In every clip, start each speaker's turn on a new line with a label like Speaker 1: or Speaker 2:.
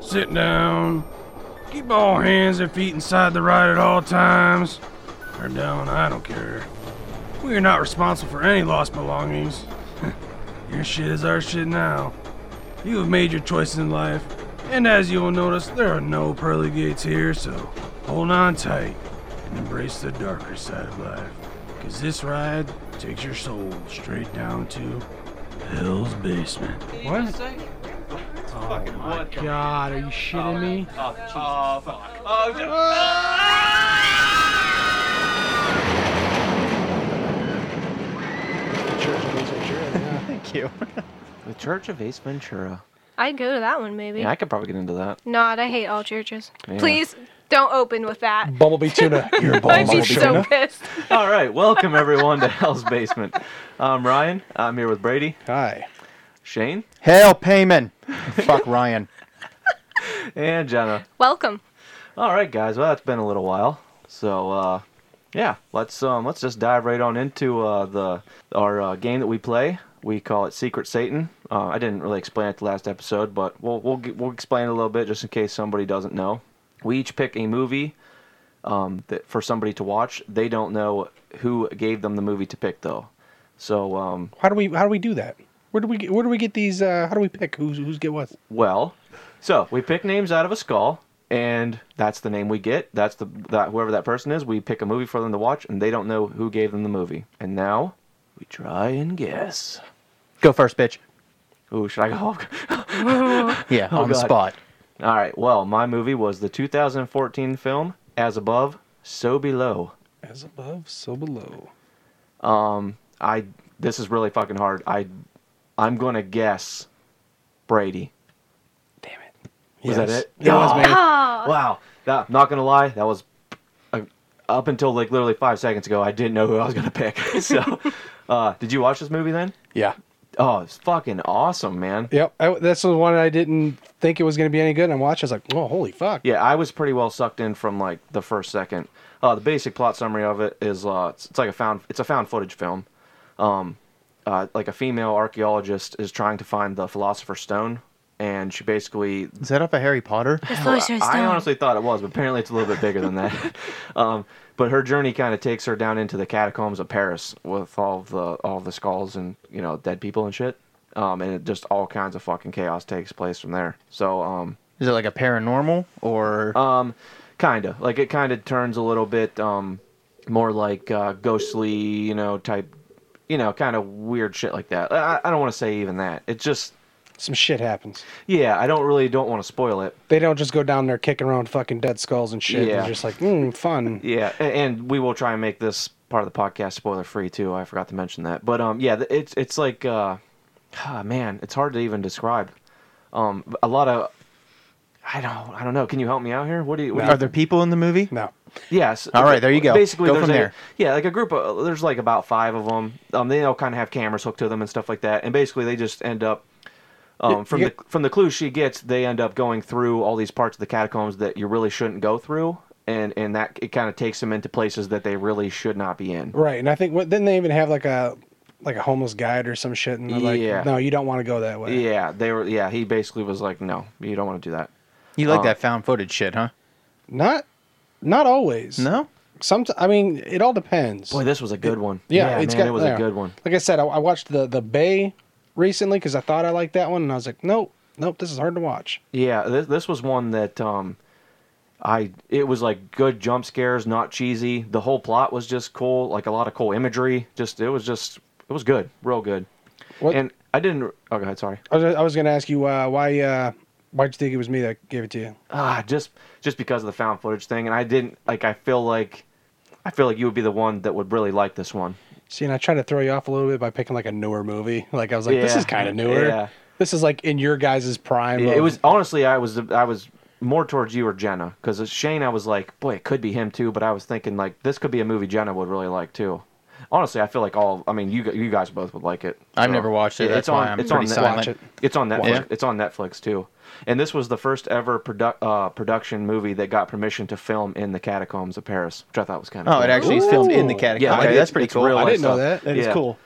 Speaker 1: Sit down. Keep all hands and feet inside the ride at all times. Or down, I don't care. We are not responsible for any lost belongings. your shit is our shit now. You have made your choices in life, and as you will notice, there are no pearly gates here, so hold on tight and embrace the darker side of life. Because this ride takes your soul straight down to Hell's basement.
Speaker 2: What?
Speaker 3: Fucking what the-
Speaker 2: God, are you shitting me?
Speaker 3: Oh, oh, fuck. Oh, j-
Speaker 4: Thank you.
Speaker 5: The Church of Ace Ventura.
Speaker 6: I'd go to that one maybe.
Speaker 5: Yeah, I could probably get into that.
Speaker 6: Not, I hate all churches.
Speaker 5: Yeah.
Speaker 6: Please don't open with that.
Speaker 4: Bumblebee tuna. You're a
Speaker 6: I'd
Speaker 4: bumblebee
Speaker 6: be so
Speaker 4: tuna.
Speaker 6: pissed.
Speaker 5: All right, welcome everyone to Hell's Basement. I'm Ryan. I'm here with Brady,
Speaker 4: Hi.
Speaker 5: Shane,
Speaker 4: Hail Payman. Fuck Ryan.
Speaker 5: and Jenna.
Speaker 6: Welcome.
Speaker 5: All right, guys. Well, it's been a little while, so uh, yeah, let's um, let's just dive right on into uh, the our uh, game that we play. We call it Secret Satan. Uh, I didn't really explain it the last episode, but we'll we'll g- we'll explain it a little bit just in case somebody doesn't know. We each pick a movie um, that for somebody to watch. They don't know who gave them the movie to pick though. So um,
Speaker 4: How do we how do we do that? Where do we get where do we get these uh how do we pick who's who's get what?
Speaker 5: Well, so we pick names out of a skull, and that's the name we get. That's the that whoever that person is, we pick a movie for them to watch, and they don't know who gave them the movie. And now we try and guess.
Speaker 4: Go first, bitch.
Speaker 5: Ooh, should I go?
Speaker 4: Yeah,
Speaker 5: on the Oh, God. spot. All right. Well, my movie was the 2014 film As Above, So Below.
Speaker 4: As above, so below.
Speaker 5: I this is really fucking hard. I I'm gonna guess Brady.
Speaker 4: Damn it.
Speaker 5: Was that it?
Speaker 4: It was me.
Speaker 5: Wow. That, not gonna lie, that was uh, up until like literally five seconds ago. I didn't know who I was gonna pick. so, uh, did you watch this movie then?
Speaker 4: Yeah.
Speaker 5: Oh, it's fucking awesome, man.
Speaker 4: Yep. I, that's the one I didn't think it was gonna be any good and I watched, I was like, oh holy fuck.
Speaker 5: Yeah, I was pretty well sucked in from like the first second. Uh, the basic plot summary of it is uh, it's, it's like a found it's a found footage film. Um, uh, like a female archaeologist is trying to find the philosopher's stone, and she basically
Speaker 7: Is that up a Harry Potter?
Speaker 5: I honestly thought it was, but apparently it's a little bit bigger than that. um, but her journey kind of takes her down into the catacombs of Paris with all the all the skulls and you know dead people and shit. Um, and it just all kinds of fucking chaos takes place from there. So um,
Speaker 7: Is it like a paranormal or
Speaker 5: um, kind of like it kind of turns a little bit um, more like uh, ghostly, you know, type, you know, kind of weird shit like that. I, I don't want to say even that. It just
Speaker 4: Some shit happens.
Speaker 5: yeah, I don't really don't want to spoil it,
Speaker 4: They don't just go down there kicking around fucking dead skulls and shit.
Speaker 5: Yeah.
Speaker 4: They're just like, mm, fun.
Speaker 5: Yeah, a- and we will try and make this part of the podcast spoiler free too. I forgot to mention that. But um, yeah, th- it's it's like uh, ah, man, it's hard to even describe. Um, a lot of I don't I don't know. Can you help me out here? What do you? What do
Speaker 7: are
Speaker 5: you
Speaker 7: there people in the movie?
Speaker 4: No.
Speaker 5: Yes.
Speaker 7: All right, there you go.
Speaker 5: Basically,
Speaker 7: Go
Speaker 5: there's
Speaker 7: from
Speaker 5: a-
Speaker 7: there.
Speaker 5: Yeah, like a group of there's like about five of them. Um, they all kind of have cameras hooked to them and stuff like that. And basically, they just end up. Um, from
Speaker 4: yeah.
Speaker 5: the from the clues she gets, they end up going through all these parts of the catacombs that you really shouldn't go through, and and that it kind of takes them into places that they really should not be in.
Speaker 4: Right, and I think what didn't they even have like a like a homeless guide or some shit, and they're like,
Speaker 5: Yeah.
Speaker 4: no, you don't want to go that way.
Speaker 5: Yeah, they were. Yeah, he basically was like, no, you don't want to do that.
Speaker 7: You like
Speaker 5: Uh,
Speaker 7: that found footage shit, huh?
Speaker 4: Not, not always.
Speaker 7: No.
Speaker 4: Some. I mean, it all depends.
Speaker 5: Boy, this was a good one.
Speaker 4: yeah,
Speaker 5: yeah
Speaker 4: it's
Speaker 5: man,
Speaker 4: got,
Speaker 5: it was
Speaker 4: yeah.
Speaker 5: a good one.
Speaker 4: Like I said, I, I watched the the Bay recently because I thought I liked that one, and I was like, nope, nope, this is hard to watch.
Speaker 5: Yeah, this, this was one that um, I it was like good jump scares, not cheesy. The whole plot was just cool, like a lot of cool imagery. Just it was just it was good, real good.
Speaker 4: What?
Speaker 5: And I didn't. Oh, go ahead. Sorry.
Speaker 4: I was, I was gonna ask you uh, why uh, why would you think it was me that gave it to you?
Speaker 5: Ah, just just because of the found footage thing, and I didn't like. I feel like I feel like you would be the one that would really like this one.
Speaker 4: See, and I tried to throw you off a little bit by picking like a newer movie. Like I was like, this
Speaker 5: Yeah.
Speaker 4: is kind of newer.
Speaker 5: Yeah.
Speaker 4: This is like in your guys' prime.
Speaker 5: Yeah, it
Speaker 4: of-
Speaker 5: was honestly, I was I was more towards you or Jenna because Shane, I was like, boy, it could be him too. But I was thinking like this could be a movie Jenna would really like too. Honestly, I feel like all. I mean, you you guys both would like it.
Speaker 7: I've never watched it,
Speaker 5: Yeah,
Speaker 7: that's why I'm pretty
Speaker 5: Net-
Speaker 7: silent. Watch
Speaker 4: it.
Speaker 5: It's on Netflix.
Speaker 7: Yeah.
Speaker 5: It's on Netflix too. And this was the first ever produ- uh, production movie that got permission to film in the catacombs of Paris, which I thought was kind of.
Speaker 7: Oh, it actually is filmed in the
Speaker 4: Ooh.
Speaker 7: catacombs.
Speaker 5: Yeah,
Speaker 7: okay,
Speaker 5: like,
Speaker 7: that's
Speaker 5: it-
Speaker 7: pretty
Speaker 5: it's
Speaker 7: cool.
Speaker 5: real
Speaker 7: I
Speaker 5: life
Speaker 7: didn't know
Speaker 5: stuff.
Speaker 7: that. That is
Speaker 5: Yeah.
Speaker 7: cool.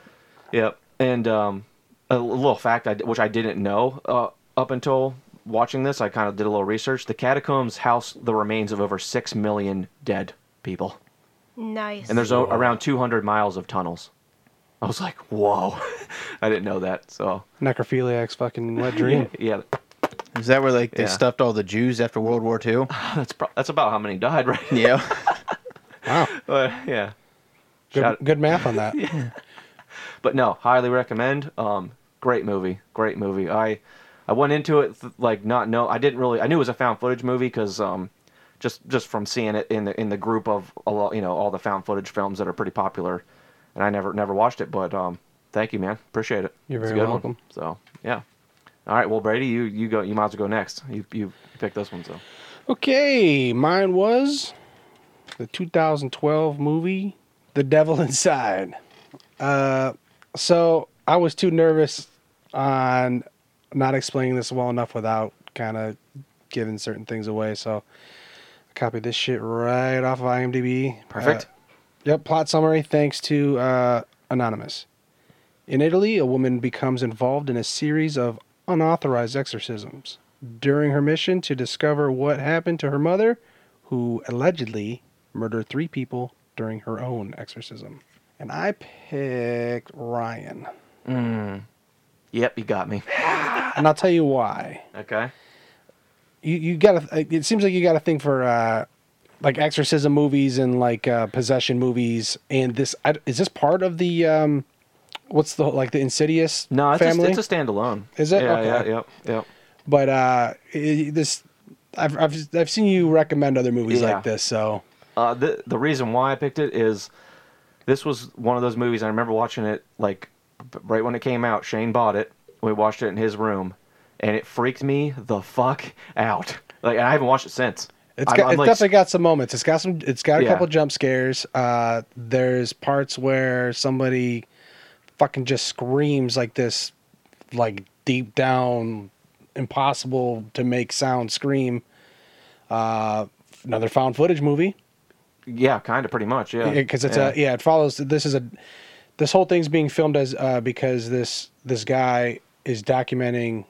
Speaker 5: Yep. And um, a little fact, I, which I didn't know uh, up until watching this, I kind of did a little research. The catacombs house the remains of over six million dead people,
Speaker 6: Nice.
Speaker 5: and there's o- around 200 miles of tunnels. I was like, whoa, I didn't know that. So
Speaker 4: Necrophiliac's fucking wet dream.
Speaker 5: yeah,
Speaker 7: Is that where like they
Speaker 5: Yeah.
Speaker 7: stuffed all the Jews after World War II?
Speaker 5: that's pro- that's about how many died, right?
Speaker 7: yeah.
Speaker 4: Wow.
Speaker 5: Uh, yeah.
Speaker 4: Good,
Speaker 5: Shout-
Speaker 4: good math on that.
Speaker 5: but no, highly recommend. Um, great movie, great movie. I I went into it th- like not know. I didn't really. I knew it was a found footage movie because um, just just from seeing it in the in the group of a lot, you know, all the found footage films that are pretty popular, and I never never watched it. But um, thank you, man. Appreciate it.
Speaker 4: You're
Speaker 5: It's a
Speaker 4: very
Speaker 5: good one.
Speaker 4: welcome.
Speaker 5: So yeah. All right, well, Brady, you you go. You might as well go next. You you pick this one, so
Speaker 4: Okay, mine was the 2012 movie The Devil Inside. Uh, so I was too nervous on not explaining this well enough without kind of giving certain things away. So I copied this shit right off of IMDb.
Speaker 5: perfect.
Speaker 4: Uh, Yep, plot summary thanks to uh, Anonymous. In Italy, a woman becomes involved in a series of unauthorized exorcisms. During her mission to discover what happened to her mother, who allegedly murdered three people during her own exorcism. And I picked Ryan.
Speaker 5: Mm. yep, you got me.
Speaker 4: And I'll tell you why.
Speaker 5: Okay.
Speaker 4: You, you got a, it seems like you got a thing for uh, like exorcism movies and like uh, possession movies. And this, I, is this part of the, um, what's the, like the Insidious
Speaker 5: No, it's a,
Speaker 4: family?
Speaker 5: it's a standalone.
Speaker 4: Is it?
Speaker 5: Yeah,
Speaker 4: Okay.
Speaker 5: yeah, yep, yep.
Speaker 4: but uh i- this I've, I've i've seen you recommend other movies
Speaker 5: Yeah.
Speaker 4: like this so
Speaker 5: Uh, the the reason why I picked it is this was one of those movies. I remember watching it like b- right when it came out. Shane bought it. We watched it in his room, and it freaked me the fuck out. Like, and I haven't watched it since.
Speaker 4: it's
Speaker 5: I'm-
Speaker 4: got,
Speaker 5: I'm
Speaker 4: it's
Speaker 5: like-
Speaker 4: definitely got some moments it's got some it's got a
Speaker 5: Yeah.
Speaker 4: couple jump scares uh there's parts where somebody fucking just screams like this like deep down impossible to make sound scream uh another found footage movie
Speaker 5: yeah, kind of, pretty much, yeah.
Speaker 4: because it's a yeah it follows this is a this whole thing's being filmed as uh, because this this guy is documenting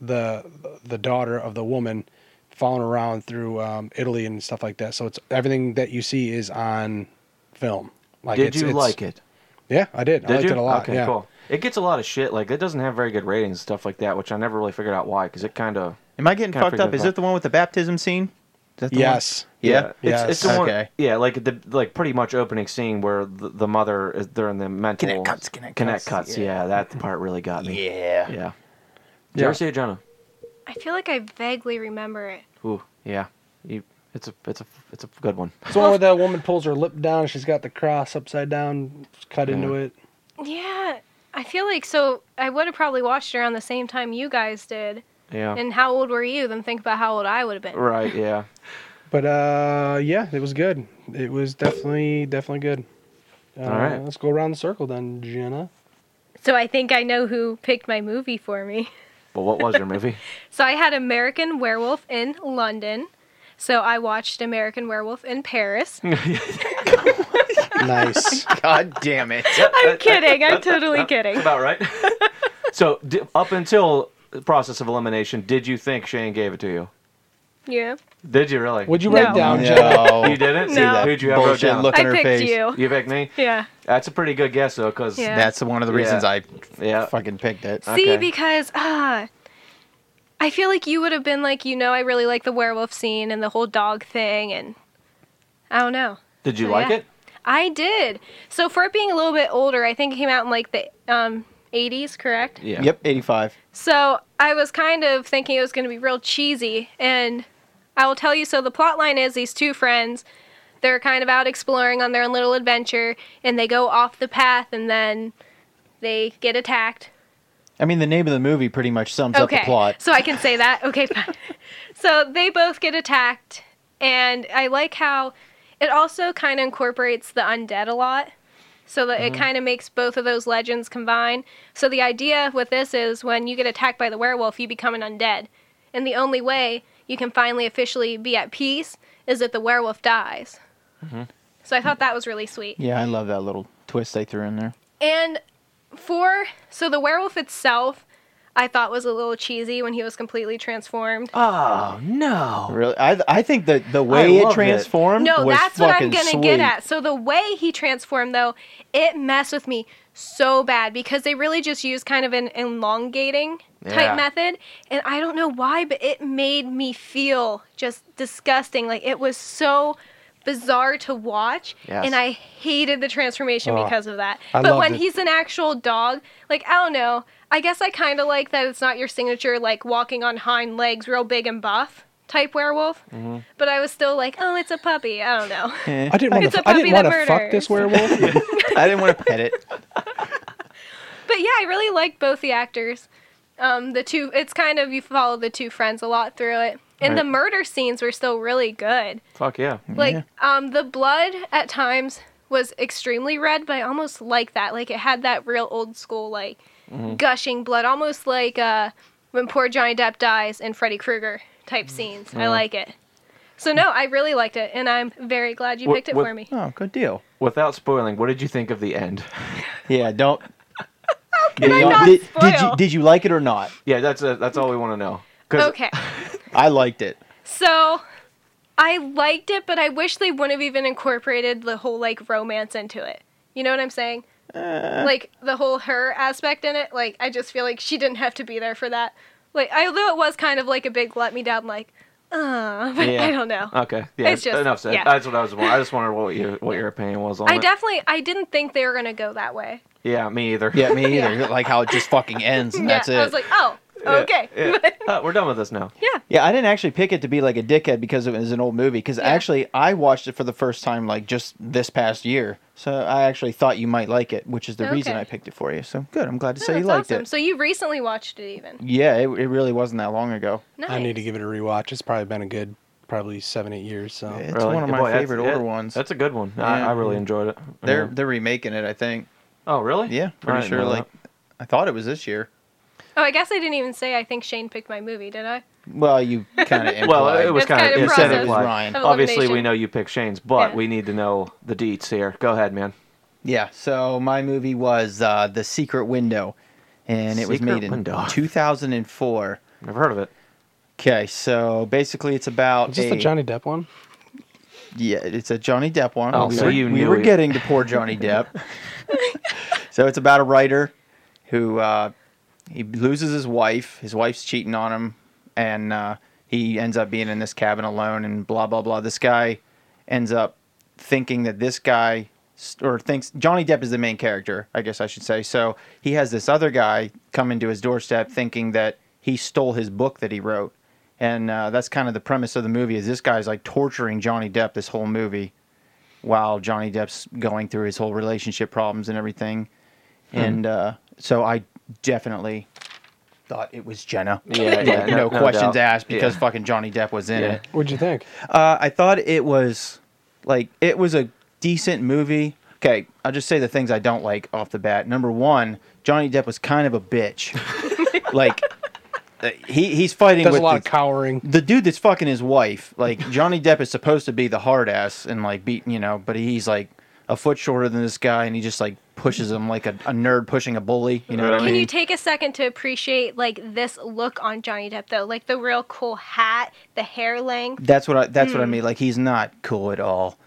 Speaker 4: the the daughter of the woman following around through um, Italy and stuff like that so it's everything that you see is on film like
Speaker 5: Did
Speaker 4: it's,
Speaker 5: you
Speaker 4: it's-
Speaker 5: like it?
Speaker 4: yeah I did, I
Speaker 5: Did
Speaker 4: liked
Speaker 5: you?
Speaker 4: it a lot
Speaker 5: Okay,
Speaker 4: yeah
Speaker 5: cool. It gets a lot of shit. Like, it doesn't have very good ratings and stuff like that, which I never really figured out why. Because it kind of
Speaker 7: Am I getting
Speaker 5: Kinda
Speaker 7: fucked up?
Speaker 5: freaked
Speaker 7: Is
Speaker 5: out.
Speaker 7: it the one with the baptism scene? Is that the one?
Speaker 4: yes
Speaker 7: Yeah.
Speaker 5: It's,
Speaker 4: Yes.
Speaker 5: it's the one,
Speaker 7: Okay.
Speaker 5: yeah, like the like pretty much opening scene where the, the mother is they're in the mental
Speaker 7: Connect cuts, connect
Speaker 5: connect
Speaker 7: cuts,
Speaker 5: cuts.
Speaker 7: yeah.
Speaker 5: Yeah. that part really got me.
Speaker 7: Yeah.
Speaker 5: yeah. Did you
Speaker 4: Yeah.
Speaker 5: ever see it, Jonah?
Speaker 6: I feel like I vaguely remember it.
Speaker 5: Ooh, yeah. You, it's a it's a it's a good one.
Speaker 4: it's the one where that woman pulls her lip down she's got the cross upside down cut into it
Speaker 6: Yeah. I feel like so I would have probably watched it around the same time you guys did.
Speaker 5: Yeah.
Speaker 6: And how old were you? Then think about how old I would have been.
Speaker 5: right. Yeah.
Speaker 4: But uh, yeah, it was good. It was definitely definitely good. Uh,
Speaker 5: All right.
Speaker 4: let's go around the circle then, Jenna.
Speaker 6: So I think I know who picked my movie for me.
Speaker 5: Well, what was your movie?
Speaker 6: So I had American Werewolf in London. So I watched American Werewolf in Paris.
Speaker 4: Nice.
Speaker 7: God damn it.
Speaker 6: I'm kidding. I'm totally kidding.
Speaker 5: About right. so di- up until the process of elimination, did you think Shane gave it to you?
Speaker 6: Yeah. Did
Speaker 5: Did you really?
Speaker 4: Would you
Speaker 6: No.
Speaker 4: write down, Jenna?
Speaker 7: No.
Speaker 5: You didn't.
Speaker 6: See that
Speaker 5: Who'd you have wrote
Speaker 7: bullshit
Speaker 5: down?
Speaker 7: look
Speaker 6: I
Speaker 7: in her
Speaker 6: picked
Speaker 7: face.
Speaker 6: you.
Speaker 5: You picked me.
Speaker 6: Yeah.
Speaker 5: That's a pretty good guess though, because
Speaker 6: Yeah.
Speaker 7: That's one of the reasons
Speaker 5: Yeah.
Speaker 7: I
Speaker 5: yeah.
Speaker 7: fucking picked it.
Speaker 6: See,
Speaker 5: Okay.
Speaker 6: because ah, I feel like you would have been like, you know, I really like the werewolf scene and the whole dog thing, and I don't know.
Speaker 5: Did you
Speaker 6: So,
Speaker 5: like
Speaker 6: yeah.
Speaker 5: it?
Speaker 6: I did. So for it being a little bit older, I think it came out in like the um, 80s, correct?
Speaker 5: Yeah.
Speaker 7: Yep, 85.
Speaker 6: So I was kind of thinking it was going to be real cheesy, and I will tell you. So the plot line is these two friends, they're kind of out exploring on their own little adventure, and they go off the path, and then they get attacked.
Speaker 7: I mean, the name of the movie pretty much sums up the plot.
Speaker 6: So I can say that. Okay, fine. so they both get attacked, and I like how it also kind of incorporates the undead a lot. So that
Speaker 7: Mm-hmm.
Speaker 6: it kind of makes both of those legends combine. So the idea with this is when you get attacked by the werewolf, you become an undead. And the only way you can finally officially be at peace is if the werewolf dies.
Speaker 7: Mm-hmm.
Speaker 6: So I thought that was really sweet.
Speaker 7: Yeah, I love that little twist they threw in there.
Speaker 6: And for so the werewolf itself, I thought was a little cheesy when he was completely transformed.
Speaker 7: Um,
Speaker 5: Oh no.
Speaker 7: Really, I, I think the the way it
Speaker 5: loved it.
Speaker 7: transformed
Speaker 6: No,
Speaker 7: was
Speaker 6: that's what I'm
Speaker 7: fucking
Speaker 6: gonna
Speaker 7: sweet.
Speaker 6: get at. So the way he transformed though, it messed with me so bad because they really just used kind of an elongating
Speaker 5: Yeah.
Speaker 6: type method, and I don't know why, but it made me feel just disgusting. Like it was so bizarre to watch,
Speaker 5: Yes.
Speaker 6: and I hated the transformation
Speaker 4: Oh,
Speaker 6: because of that.
Speaker 4: I
Speaker 6: but
Speaker 4: loved
Speaker 6: when
Speaker 4: it.
Speaker 6: he's an actual dog, like I don't know. I guess I kind of like that it's not your signature like walking on hind legs, real big and buff type werewolf.
Speaker 4: Mm-hmm.
Speaker 6: But I was still like, oh, it's a puppy. I don't know.
Speaker 4: I didn't want
Speaker 6: It's
Speaker 4: to.
Speaker 6: a
Speaker 4: I
Speaker 6: puppy
Speaker 4: didn't want
Speaker 6: that
Speaker 4: to fuck
Speaker 6: murders.
Speaker 4: this werewolf.
Speaker 7: I didn't want to pet it.
Speaker 6: But yeah, I really liked both the actors. Um, the two, it's kind of you follow the two friends a lot through it, and the
Speaker 5: Right.
Speaker 6: murder scenes were still really good.
Speaker 5: Fuck yeah.
Speaker 6: Like, um, the blood at times was extremely red, but I almost like that. Like, it had that real old school, like,
Speaker 5: Mm-hmm.
Speaker 6: gushing blood, almost like uh, when poor Johnny Depp dies in Freddy Krueger type
Speaker 5: Mm-hmm.
Speaker 6: scenes. I like it. So no, I really liked it, and I'm very glad you
Speaker 5: Wha-
Speaker 6: picked it
Speaker 5: what-
Speaker 6: for me.
Speaker 7: Oh, good deal.
Speaker 5: Without spoiling, what did you think of the end?
Speaker 7: Yeah, don't.
Speaker 6: can I
Speaker 7: don't-
Speaker 6: not
Speaker 7: did, did you
Speaker 6: spoil?
Speaker 7: did you like it or not?
Speaker 5: Yeah, that's uh, that's all we want to know. 'Cause-
Speaker 6: Okay.
Speaker 7: I liked it.
Speaker 6: So I liked it, but I wish they wouldn't have even incorporated the whole like romance into it. You know what I'm saying? like the whole her aspect in it. Like I just feel like she didn't have to be there for that. Like I, although it was kind of like a big let me down. Like, uh, but
Speaker 5: Yeah.
Speaker 6: I don't know.
Speaker 5: Okay. Yeah.
Speaker 6: It's just-
Speaker 5: enough said.
Speaker 6: yeah.
Speaker 5: That's what I was. I just wondered what your what your opinion was on
Speaker 6: I
Speaker 5: it.
Speaker 6: definitely I didn't think they were gonna go that way.
Speaker 5: yeah, me either.
Speaker 7: Yeah, me either. Like how it just fucking ends and that's it.
Speaker 6: I was like, oh, okay.
Speaker 5: Yeah. Uh, we're done with this now.
Speaker 6: yeah.
Speaker 7: Yeah, I didn't actually pick it to be like a dickhead because it was an old movie. Because actually, I watched it for the first time like just this past year, so I actually thought you might like it, which is the reason
Speaker 6: Okay.
Speaker 7: I picked it for you. So good, I'm glad to
Speaker 6: No,
Speaker 7: say you
Speaker 6: that's
Speaker 7: liked
Speaker 6: awesome.
Speaker 7: it.
Speaker 6: So you recently watched it even.
Speaker 7: Yeah, it, it really wasn't that long ago.
Speaker 6: Nice.
Speaker 4: I need to give it a rewatch. It's probably been a good, probably seven, eight years. So
Speaker 7: It's
Speaker 5: Really?
Speaker 7: one of my
Speaker 5: Boy, that's-
Speaker 7: favorite
Speaker 5: yeah,
Speaker 7: older ones.
Speaker 5: That's a good one. I,
Speaker 7: Yeah.
Speaker 5: I really enjoyed it.
Speaker 7: they're
Speaker 5: Yeah.
Speaker 7: they're remaking it, I think.
Speaker 5: Oh, really?
Speaker 7: Yeah,
Speaker 5: I
Speaker 7: pretty
Speaker 5: didn't
Speaker 7: sure.
Speaker 5: know
Speaker 7: Like, I thought it was this year.
Speaker 6: Oh, I guess I didn't even say I think Shane picked my movie, did I?
Speaker 7: Well, you kind of
Speaker 5: that. well, it was
Speaker 6: It's kind
Speaker 5: kind of
Speaker 6: of
Speaker 5: it
Speaker 7: you
Speaker 5: said
Speaker 7: said
Speaker 6: process.
Speaker 7: it was
Speaker 5: implied.
Speaker 7: Ryan.
Speaker 6: Of
Speaker 5: Obviously, we
Speaker 6: elimination.
Speaker 5: know you picked Shane's, but
Speaker 6: Yeah.
Speaker 5: we need to know the deets here. Go ahead, man.
Speaker 7: Yeah, so my movie was uh, The Secret Window, and it was
Speaker 5: Secret
Speaker 7: made in
Speaker 5: Window.
Speaker 7: 2004.
Speaker 5: Never heard of it.
Speaker 7: Okay, so basically it's about
Speaker 4: is this
Speaker 7: a,
Speaker 4: the Johnny Depp one?
Speaker 7: yeah, it's a Johnny Depp one.
Speaker 5: Oh,
Speaker 7: we
Speaker 5: so
Speaker 7: were,
Speaker 5: you
Speaker 7: we
Speaker 5: knew
Speaker 7: were
Speaker 5: it.
Speaker 7: getting to poor Johnny Depp. so it's about a writer who uh, he loses his wife. His wife's cheating on him, and uh, he ends up being in this cabin alone. And blah blah blah. This guy ends up thinking that this guy or thinks Johnny Depp is the main character, I guess I should say. So he has this other guy come into his doorstep thinking that he stole his book that he wrote. And uh, that's kind of the premise of the movie is this guy's like torturing Johnny Depp this whole movie while Johnny Depp's going through his whole relationship problems and everything. And uh, so I definitely thought it was Jenna.
Speaker 5: Yeah,
Speaker 7: Like, no, questions
Speaker 5: doubt.
Speaker 7: asked because
Speaker 5: Yeah.
Speaker 7: fucking Johnny Depp was in
Speaker 5: Yeah.
Speaker 7: it.
Speaker 4: What'd you think?
Speaker 7: Uh, I thought it was like it was a decent movie. Okay, I'll just say the things I don't like off the bat. Number one, Johnny Depp was kind of a bitch. like uh, he he's fighting
Speaker 4: Does a
Speaker 7: with
Speaker 4: lot of
Speaker 7: the,
Speaker 4: cowering.
Speaker 7: the dude that's fucking his wife. Like Johnny Depp is supposed to be the hard ass and like beat you know, but he's like a foot shorter than this guy, and he just like pushes him like a, a nerd pushing a bully. You know what I
Speaker 6: Can
Speaker 7: mean?
Speaker 6: you take a second to appreciate like this look on Johnny Depp though? Like the real cool hat, the hair length.
Speaker 7: that's what I that's what I mean. Like he's not cool at all.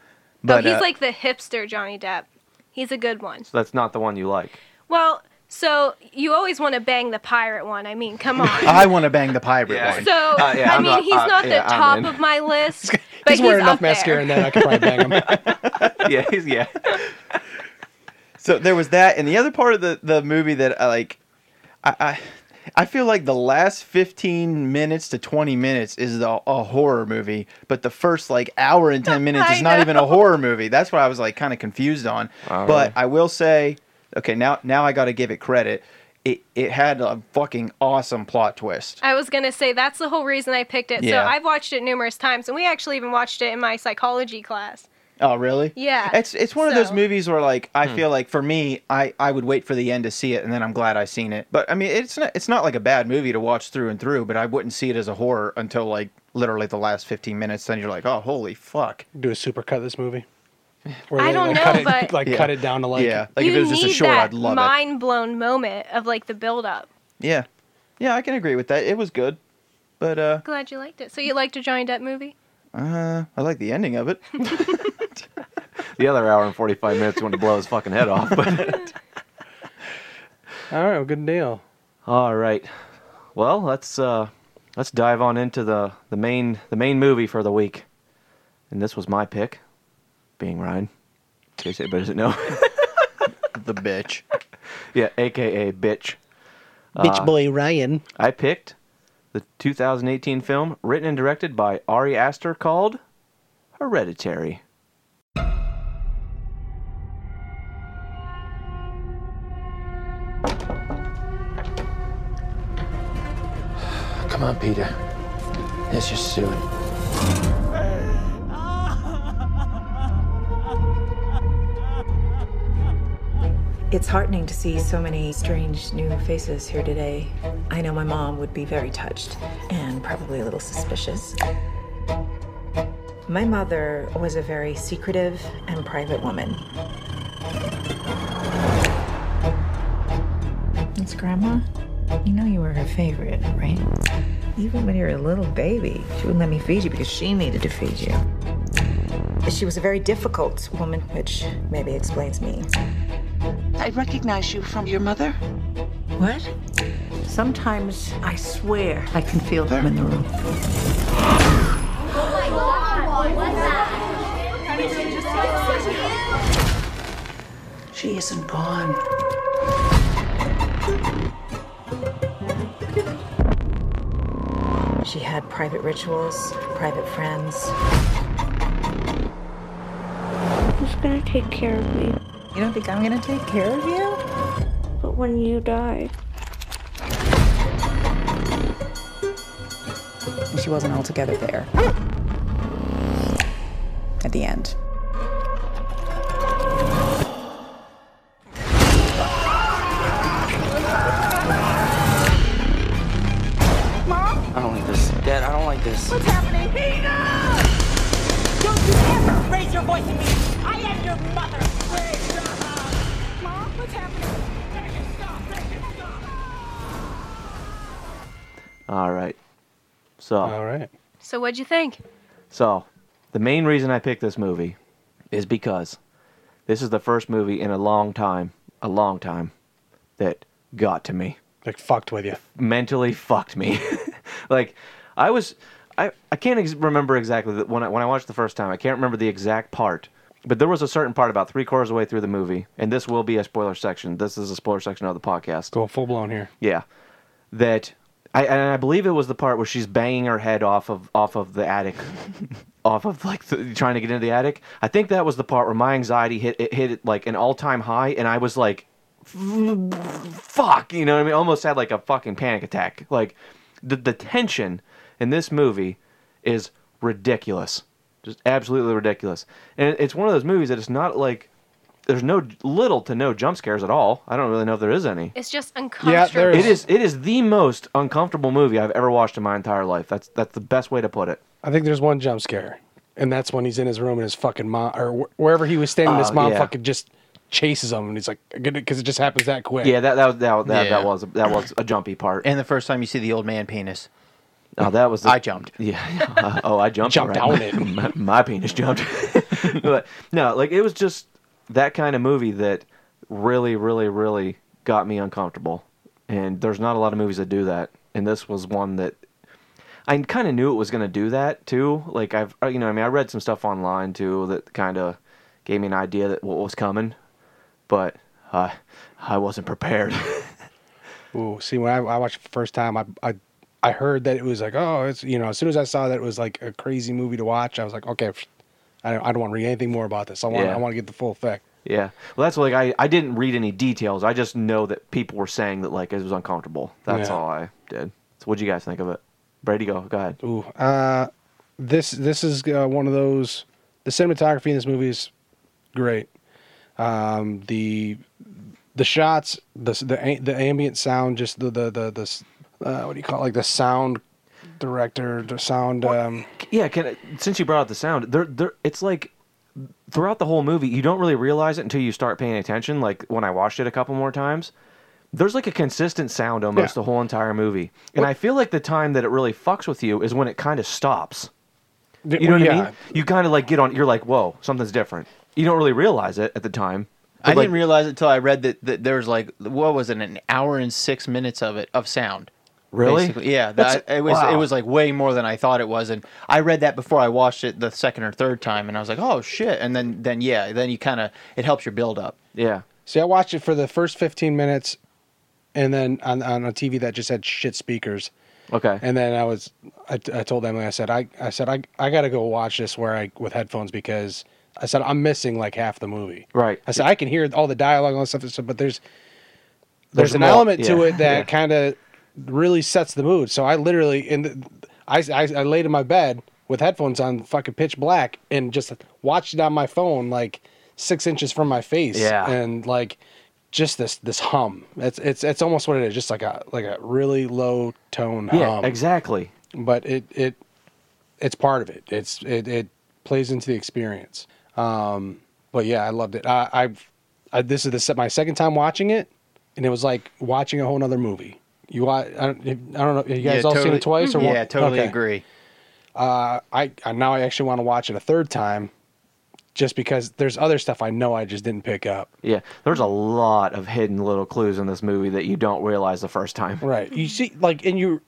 Speaker 7: But
Speaker 6: oh, Hmm. he's
Speaker 7: uh,
Speaker 6: like the hipster Johnny Depp. He's a good one.
Speaker 5: So that's not the one you like.
Speaker 6: Well, so you always want to bang the pirate one. I mean, come on.
Speaker 7: I want to bang the pirate
Speaker 5: Yeah.
Speaker 7: one.
Speaker 6: So
Speaker 5: Uh, yeah,
Speaker 6: I
Speaker 5: I'm
Speaker 6: mean,
Speaker 5: not-
Speaker 6: he's
Speaker 5: uh,
Speaker 6: not the
Speaker 5: yeah, I'm in.
Speaker 6: top of my list, but
Speaker 4: he's
Speaker 6: he's,
Speaker 4: wearing enough
Speaker 6: up there.
Speaker 4: mascara and that I could probably bang him.
Speaker 5: yeah, he's- yeah.
Speaker 7: so there was that and the other part of the, the movie that i like I, I i feel like the last 15 minutes to 20 minutes is the, a horror movie but the first like hour and 10 minutes
Speaker 6: I
Speaker 7: is not
Speaker 6: know.
Speaker 7: even a horror movie that's what i was like kind of confused on
Speaker 5: Wow,
Speaker 7: but
Speaker 5: really?
Speaker 7: i will say okay now now i gotta give it credit it, it had a fucking awesome plot twist
Speaker 6: I was gonna say that's the whole reason I picked it.
Speaker 7: Yeah.
Speaker 6: So I've watched it numerous times, and we actually even watched it in my psychology class.
Speaker 7: Oh, really?
Speaker 6: Yeah.
Speaker 7: It's it's one of those
Speaker 6: So-
Speaker 7: movies where like I feel like for me, I I would wait for the end to see it, and then I'm glad I seen it. But I mean, it's not it's not like a bad movie to watch through and through. But I wouldn't see it as a horror until like literally the last 15 minutes. Then you're like, oh, holy fuck.
Speaker 4: Do a super cut this movie. Where
Speaker 6: I
Speaker 4: they,
Speaker 6: don't
Speaker 4: like,
Speaker 6: know,
Speaker 4: cut it,
Speaker 6: but-
Speaker 4: like
Speaker 7: Yeah.
Speaker 4: cut it down to like
Speaker 7: yeah. Like
Speaker 6: you
Speaker 7: if it was
Speaker 6: need
Speaker 7: just a short,
Speaker 6: that
Speaker 7: I'd love it.
Speaker 6: mind blown moment of like the build up.
Speaker 7: Yeah. Yeah, I can agree with that. It was good, but uh,
Speaker 6: Glad you liked it. So you liked a Johnny Depp movie?
Speaker 7: uh I like the ending of it.
Speaker 5: The other hour and 45 minutes when to blow his fucking head off. But
Speaker 4: All right, well, good deal.
Speaker 5: all right, well let's uh, let's dive on into the the main the main movie for the week, and this was my pick, being Ryan. In case anybody doesn't know,
Speaker 7: the bitch.
Speaker 5: yeah, aka bitch. Uh,
Speaker 4: Bitch boy Ryan.
Speaker 5: I picked the 2018 film written and directed by Ari Aster called Hereditary.
Speaker 2: Come on, Peter. Let's just do it.
Speaker 8: It's heartening to see so many strange new faces here today. I know my mom would be very touched and probably a little suspicious. My mother was a very secretive and private woman. It's Grandma. You know you were her favorite, right? Even when you were a little baby, she wouldn't let me feed you because she needed to feed you. She was a very difficult woman, which maybe explains me.
Speaker 9: I recognize you from your mother.
Speaker 8: What?
Speaker 9: Sometimes I swear I can feel them in the room. She isn't gone.
Speaker 8: She had private rituals, private friends.
Speaker 10: Who's gonna take care of me?
Speaker 8: You don't think I'm gonna take care of you?
Speaker 10: But when you die,
Speaker 8: She wasn't altogether there. At the end.
Speaker 2: I don't like this. Dad, I don't like this.
Speaker 9: Don't you ever raise your voice at me! I am your mother! Mom, what's happening?
Speaker 5: All right, so
Speaker 6: Oh.
Speaker 4: All right.
Speaker 6: So what'd you think?
Speaker 5: So, the main reason I picked this movie is because this is the first movie in a long time, a long time, that got to me
Speaker 4: Like, fucked with you.
Speaker 5: mentally fucked me. like I was, I, I can't ex- remember exactly the, when I, when I watched the first time. I can't remember the exact part, but there was a certain part about three quarters of the way through the movie, and this will be a spoiler section. This is a spoiler section of the podcast.
Speaker 4: Going full blown here.
Speaker 5: Yeah, that I and I believe it was the part where she's banging her head off of off of the attic, off of like the, trying to get into the attic. I think that was the part where my anxiety hit it hit like an all time high, and I was like, "Fuck," you know what I mean? Almost had like a fucking panic attack. Like the the tension in this movie is ridiculous, just absolutely ridiculous. And it's one of those movies that it's not like. There's no little to no jump scares at all. I don't really know if there is any.
Speaker 6: It's just
Speaker 4: Yeah,
Speaker 6: uncomfortable.
Speaker 4: there is.
Speaker 5: It is it is the most uncomfortable movie I've ever watched in my entire life. That's that's the best way to put it.
Speaker 4: I think there's one jump scare, and that's when he's in his room and his fucking mom, or wh- wherever he was standing, his
Speaker 5: Oh,
Speaker 4: mom
Speaker 5: yeah.
Speaker 4: fucking just chases him, and he's like, because it just happens that quick.
Speaker 5: Yeah, that that was- that, that,
Speaker 7: Yeah.
Speaker 5: that was that was a jumpy part.
Speaker 7: And the first time you see the old man penis,
Speaker 5: oh, that was the,
Speaker 7: I jumped.
Speaker 5: Yeah. Uh, oh, I jumped.
Speaker 4: Jumped
Speaker 5: all
Speaker 4: on it.
Speaker 5: My, my penis jumped. but no, like it was just that kind of movie that really, really, really got me uncomfortable. And there's not a lot of movies that do that. And this was one that I kind of knew it was going to do that too. Like I've, uh, you know, I mean, I read some stuff online too that kind of gave me an idea that what was coming, but uh, I wasn't prepared.
Speaker 4: Ooh, see, when I, I watched it the first time, I, I I heard that it was like, oh, it's you know, as soon as I saw that it was like a crazy movie to watch, I was like, okay, pfft, I don't, I don't want to read anything more about this. I want
Speaker 5: Yeah.
Speaker 4: I want to get the full effect.
Speaker 5: Yeah. Well, that's like I, I didn't read any details. I just know that people were saying that like it was uncomfortable. That's
Speaker 4: Yeah.
Speaker 5: all I did. So what'd you guys think of it? Brady, go go ahead.
Speaker 4: Ooh, uh, this this is uh, one of those. The cinematography in this movie is great. Um, the the shots, the s- the a- the ambient sound, just the the the, the s- uh, what do you call it? like the sound director, the sound. Um,
Speaker 5: Yeah. Can since you brought up the sound, there there it's like throughout the whole movie you don't really realize it until you start paying attention. Like when I watched it a couple more times, there's like a consistent sound almost
Speaker 4: Yeah.
Speaker 5: the whole entire movie. And I feel like the time that it really fucks with you is when it kind of stops.
Speaker 4: Th-
Speaker 5: You know what
Speaker 4: yeah.
Speaker 5: I mean? You kind of like get on. You're like, whoa, something's different. You don't really realize it at the time.
Speaker 7: I
Speaker 5: But, like,
Speaker 7: didn't realize it until I read that, that there was like what was it an hour and six minutes of it of sound.
Speaker 5: Really?
Speaker 7: basically. Yeah, that, it was it
Speaker 5: wow.
Speaker 7: was like way more than I thought it was, and I read that before I watched it the second or third time, and I was like, oh shit, and then then yeah, then you kind of it helps your build up.
Speaker 5: Yeah.
Speaker 4: See, I watched it for the first 15 minutes, and then on, on a TV that just had shit speakers.
Speaker 5: Okay.
Speaker 4: And then I was, I, I told Emily, I said, I, I said, I, I got to go watch this where I with headphones because I said I'm missing like half the movie.
Speaker 5: Right.
Speaker 4: I said I can hear all the dialogue and all that stuff, but there's there's,
Speaker 5: There's
Speaker 4: an
Speaker 5: more,
Speaker 4: element to
Speaker 5: yeah,
Speaker 4: it that
Speaker 5: yeah.
Speaker 4: kind of really sets the mood. So I literally in the, I, I I laid in my bed with headphones on, fucking pitch black, and just watched it on my phone like six inches from my face.
Speaker 5: Yeah.
Speaker 4: and like just this this hum. It's it's it's almost what it is, just like a like a really low tone
Speaker 5: Yeah.
Speaker 4: hum
Speaker 5: exactly.
Speaker 4: but it it it's part of it. It's it it plays into the experience. Um, but yeah, I loved it. I, I've I, this is the se- my second time watching it, and it was like watching a whole other movie. You wa- I, don't- I don't know. You
Speaker 7: yeah,
Speaker 4: guys all seen
Speaker 7: totally-
Speaker 4: it twice or one-
Speaker 7: Mm-hmm. Yeah, totally
Speaker 4: okay.
Speaker 7: agree.
Speaker 4: Uh, I, I now I actually want to watch it a third time, just because there's other stuff I know I just didn't pick up.
Speaker 5: Yeah. There's a lot of hidden little clues in this movie that you don't realize the first time.
Speaker 4: Right. You see, like, and you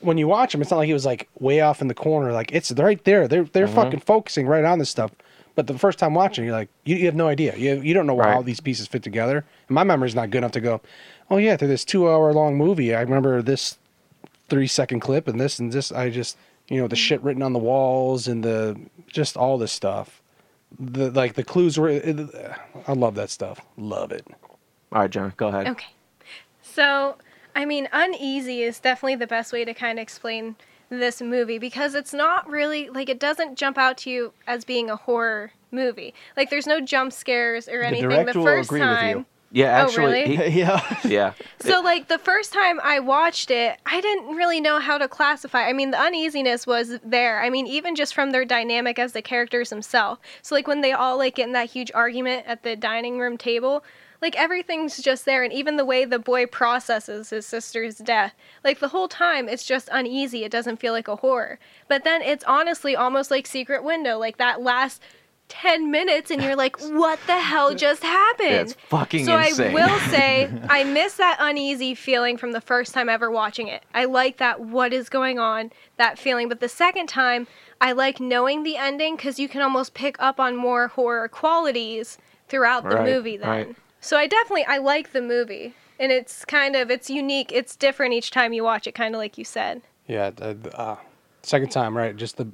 Speaker 4: when you watch them, it's not like it was like way off in the corner. Like it's right there. They're they're
Speaker 5: Mm-hmm.
Speaker 4: fucking focusing right on this stuff. But the first time watching, you're like, you, you have no idea. You you don't know how
Speaker 5: Right.
Speaker 4: these pieces fit together. And my memory's not good enough to go, oh yeah, through this two hour long movie, I remember this three second clip and this and this. I just you know the shit written on the walls and the just all this stuff. The like the clues were. It, I love that stuff. Love it.
Speaker 5: All right, John, go ahead.
Speaker 6: Okay. So, I mean, uneasy is definitely the best way to kind of explain this movie because it's not really like it doesn't jump out to you as being a horror movie. Like there's no jump scares or anything the,
Speaker 7: director will
Speaker 6: first
Speaker 7: agree with you.
Speaker 6: time.
Speaker 5: Yeah.
Speaker 6: Oh,
Speaker 5: Actually.
Speaker 6: really?
Speaker 5: he-
Speaker 7: yeah,
Speaker 5: yeah.
Speaker 6: So like the first time I watched it, I didn't really know how to classify. I mean, the uneasiness was there. I mean, even just from their dynamic as the characters themselves. So like when they all like get in that huge argument at the dining room table, like everything's just there and even the way the boy processes his sister's death. Like the whole time it's just uneasy. It doesn't feel like a horror. But then it's honestly almost like Secret Window, like that last 10 minutes and you're like, "What the hell just happened?"
Speaker 5: Yeah, it's fucking
Speaker 6: so
Speaker 5: insane.
Speaker 6: I will say I miss that uneasy feeling from the first time ever watching it. I like that what is going on, that feeling. But the second time, I like knowing the ending because you can almost pick up on more horror qualities throughout the
Speaker 5: Right,
Speaker 6: movie then.
Speaker 5: right.
Speaker 6: So I definitely I like the movie. And it's kind of it's unique, it's different each time you watch it, kinda like you said.
Speaker 4: Yeah, uh, uh, second time, right? Just the